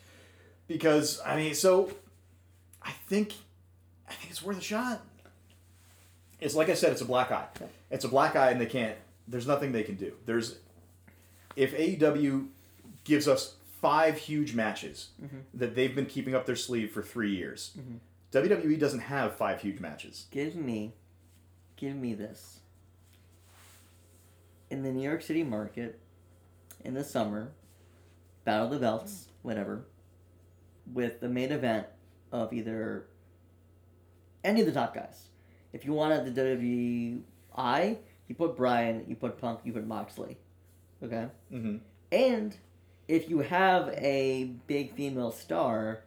C: because I mean, so I think I think it's worth a shot. It's like I said, it's a black eye. It's a black eye, and they can't. There's nothing they can do. There's if AEW gives us five huge matches that they've been keeping up their sleeve for three years. WWE doesn't have five huge matches.
D: Give me, give me this. In the New York City market, in the summer, Battle of the Belts, whatever, with the main event of either any of the top guys. If you want the WWI, you put Bryan, you put Punk, you put Moxley. Okay?
C: Mhm.
D: And if you have a big female star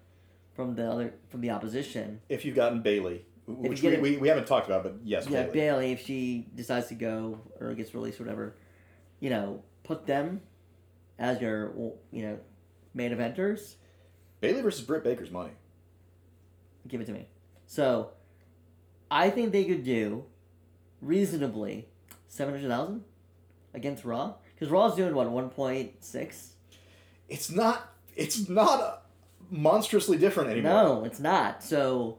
D: from the other from the opposition,
C: If you've gotten Bailey,
D: you
C: which
D: get
C: we,
D: it-
C: we, we haven't talked about, but yes,
D: yeah,
C: Bayley.
D: Bailey, if she decides to go or gets released, or whatever, you know, put them as your you know main eventers.
C: Bailey versus Britt Baker's money.
D: Give it to me. So, I think they could do reasonably seven hundred thousand against Raw because Raw's doing what one point six.
C: It's not. It's not monstrously different anymore.
D: No, it's not. So,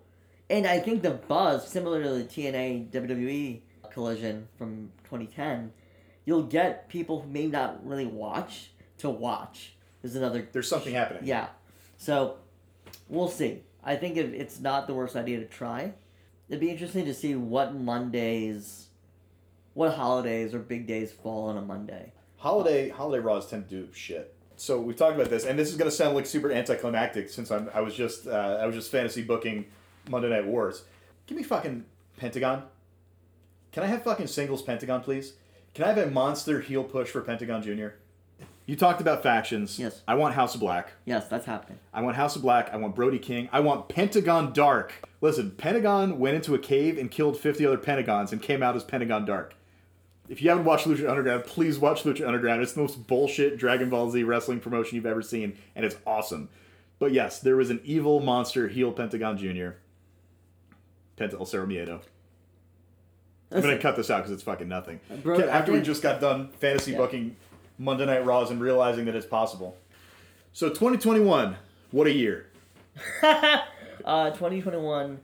D: and I think the buzz, similar to the TNA WWE E collision from 2010, you'll get people who may not really watch to watch. There's another.
C: There's something happening.
D: Yeah. So, we'll see. I think it, it's not the worst idea to try. It'd be interesting to see what Mondays, what holidays or big days fall on a Monday.
C: Holiday holiday raws tend to do shit. So we've talked about this, and this is going to sound like super anticlimactic since I'm I was just uh, I was just fantasy booking Monday Night Wars. Give me fucking Pentagon. Can I have fucking singles Pentagon, please? Can I have a monster heel push for Pentagon Junior? You talked about factions.
D: Yes.
C: I want House of Black.
D: Yes, that's happening.
C: I want House of Black. I want Brody King. I want Pentagon Dark. Listen, Pentagon went into a cave and killed 50 other Pentagons and came out as Pentagon Dark. If you haven't watched Lucha Underground, please watch Lucha Underground. It's the most bullshit Dragon Ball Z wrestling promotion you've ever seen, and it's awesome. But yes, there was an evil monster heel Pentagon Jr. Penta El Cerro Miedo. I'm going to cut this out because it's fucking nothing.
D: Bro,
C: Ke-
D: I
C: After we
D: think-
C: just got done fantasy
D: Yeah.
C: booking Monday Night Raws and realizing that it's possible. So 2021, what a year.
D: Uh, 2021.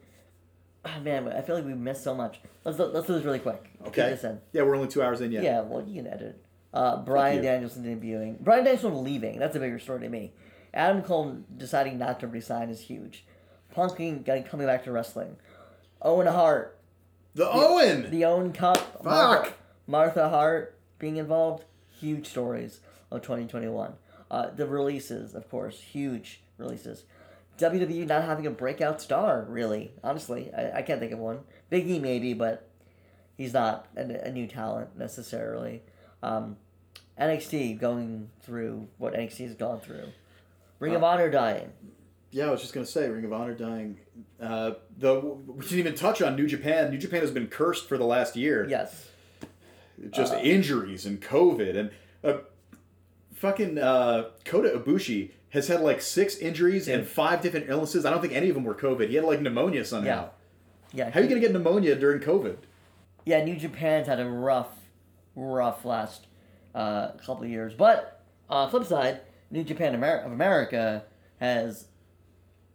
D: Oh, man, I feel like we missed so much. Let's let's do this really quick. Let's get this in.
C: Yeah, we're only two hours in yet.
D: Yeah, well, you can edit. Uh, Brian
C: you.
D: Danielson debuting. Brian Danielson leaving. That's a bigger story to me. Adam Cole deciding not to resign is huge. Punking getting coming back to wrestling. Owen Hart,
C: The Owen.
D: the Owen Cup. Martha, Martha Hart being involved. Huge stories of 2021. Uh, the releases, of course, huge releases. WWE not having a breakout star, really. Honestly, I, I can't think of one. Biggie maybe, but he's not a, a new talent necessarily. Um, NXT going through what NXT has gone through. Ring of Honor dying.
C: yeah, I was just gonna say Ring of Honor dying. Uh, the we didn't even touch on New Japan. New Japan has been cursed for the last year.
D: Yes.
C: just injuries and COVID and uh, fucking uh, Kota Ibushi has had like six injuries and five different illnesses. I don't think any of them were COVID. He had like pneumonia somehow.
D: Yeah. Yeah.
C: How are you gonna get pneumonia during COVID?
D: yeah, New Japan's had a rough, rough last uh, couple of years. But uh, flip side, New Japan Amer- of America has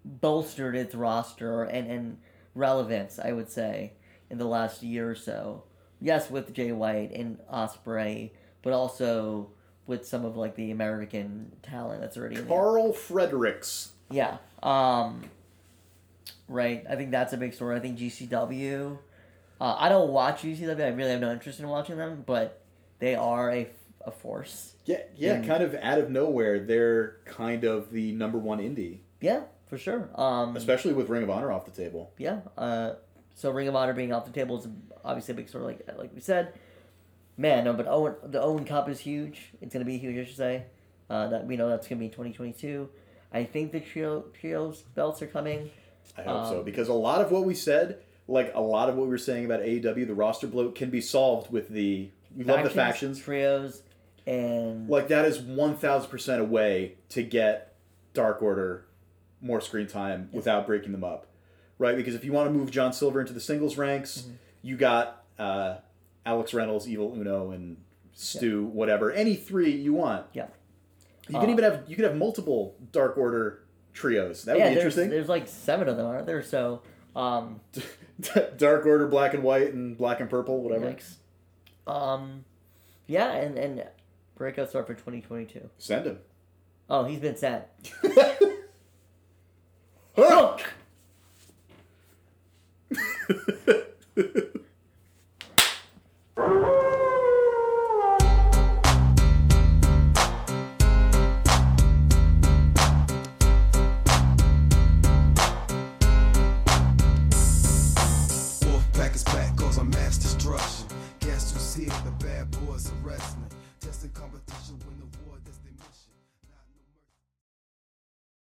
D: bolstered its roster and, and relevance, I would say, in the last year or so. Yes, with Jay White and Osprey, but also with some of like the American talent that's already in there.
C: Carl Fredericks.
D: Yeah. Um, right. I think that's a big story. I think GCW Uh, I don't watch UCW. I really have no interest in watching them, but they are a, a force.
C: Yeah, yeah, kind of out of nowhere, they're kind of the number one indie,
D: Yeah, for sure. Um,
C: especially with Ring of Honor off the table.
D: yeah. Uh, so Ring of Honor being off the table is obviously a big story, like like we said. Man, no, but Owen the Owen Cup is huge. It's gonna be huge, I should say. Uh, that we know that's gonna be twenty twenty two. I think the trio trios belts are coming.
C: I hope
D: Um,
C: so because a lot of what we said, like a lot of what we were saying about AEW, the roster bloat can be solved with the we love the factions.
D: trios, and
C: Like that is one thousand percent a way to get Dark Order more screen time without breaking them up, right? Because if you want to move John Silver into the singles ranks,
D: Mm-hmm.
C: you got uh, Alex Reynolds, Evil Uno, and Stu, whatever, any three you want.
D: yeah,
C: You
D: Uh,
C: can even have you could have multiple Dark Order trios. That would
D: yeah.
C: be
D: There's,
C: interesting.
D: there's like seven of them, aren't there? So, um,
C: Dark Order, black and white, and black and purple, whatever.
D: yikes. Um, yeah, and and breakouts are for twenty twenty two.
C: Send him.
D: Oh, he's been sent. Hook!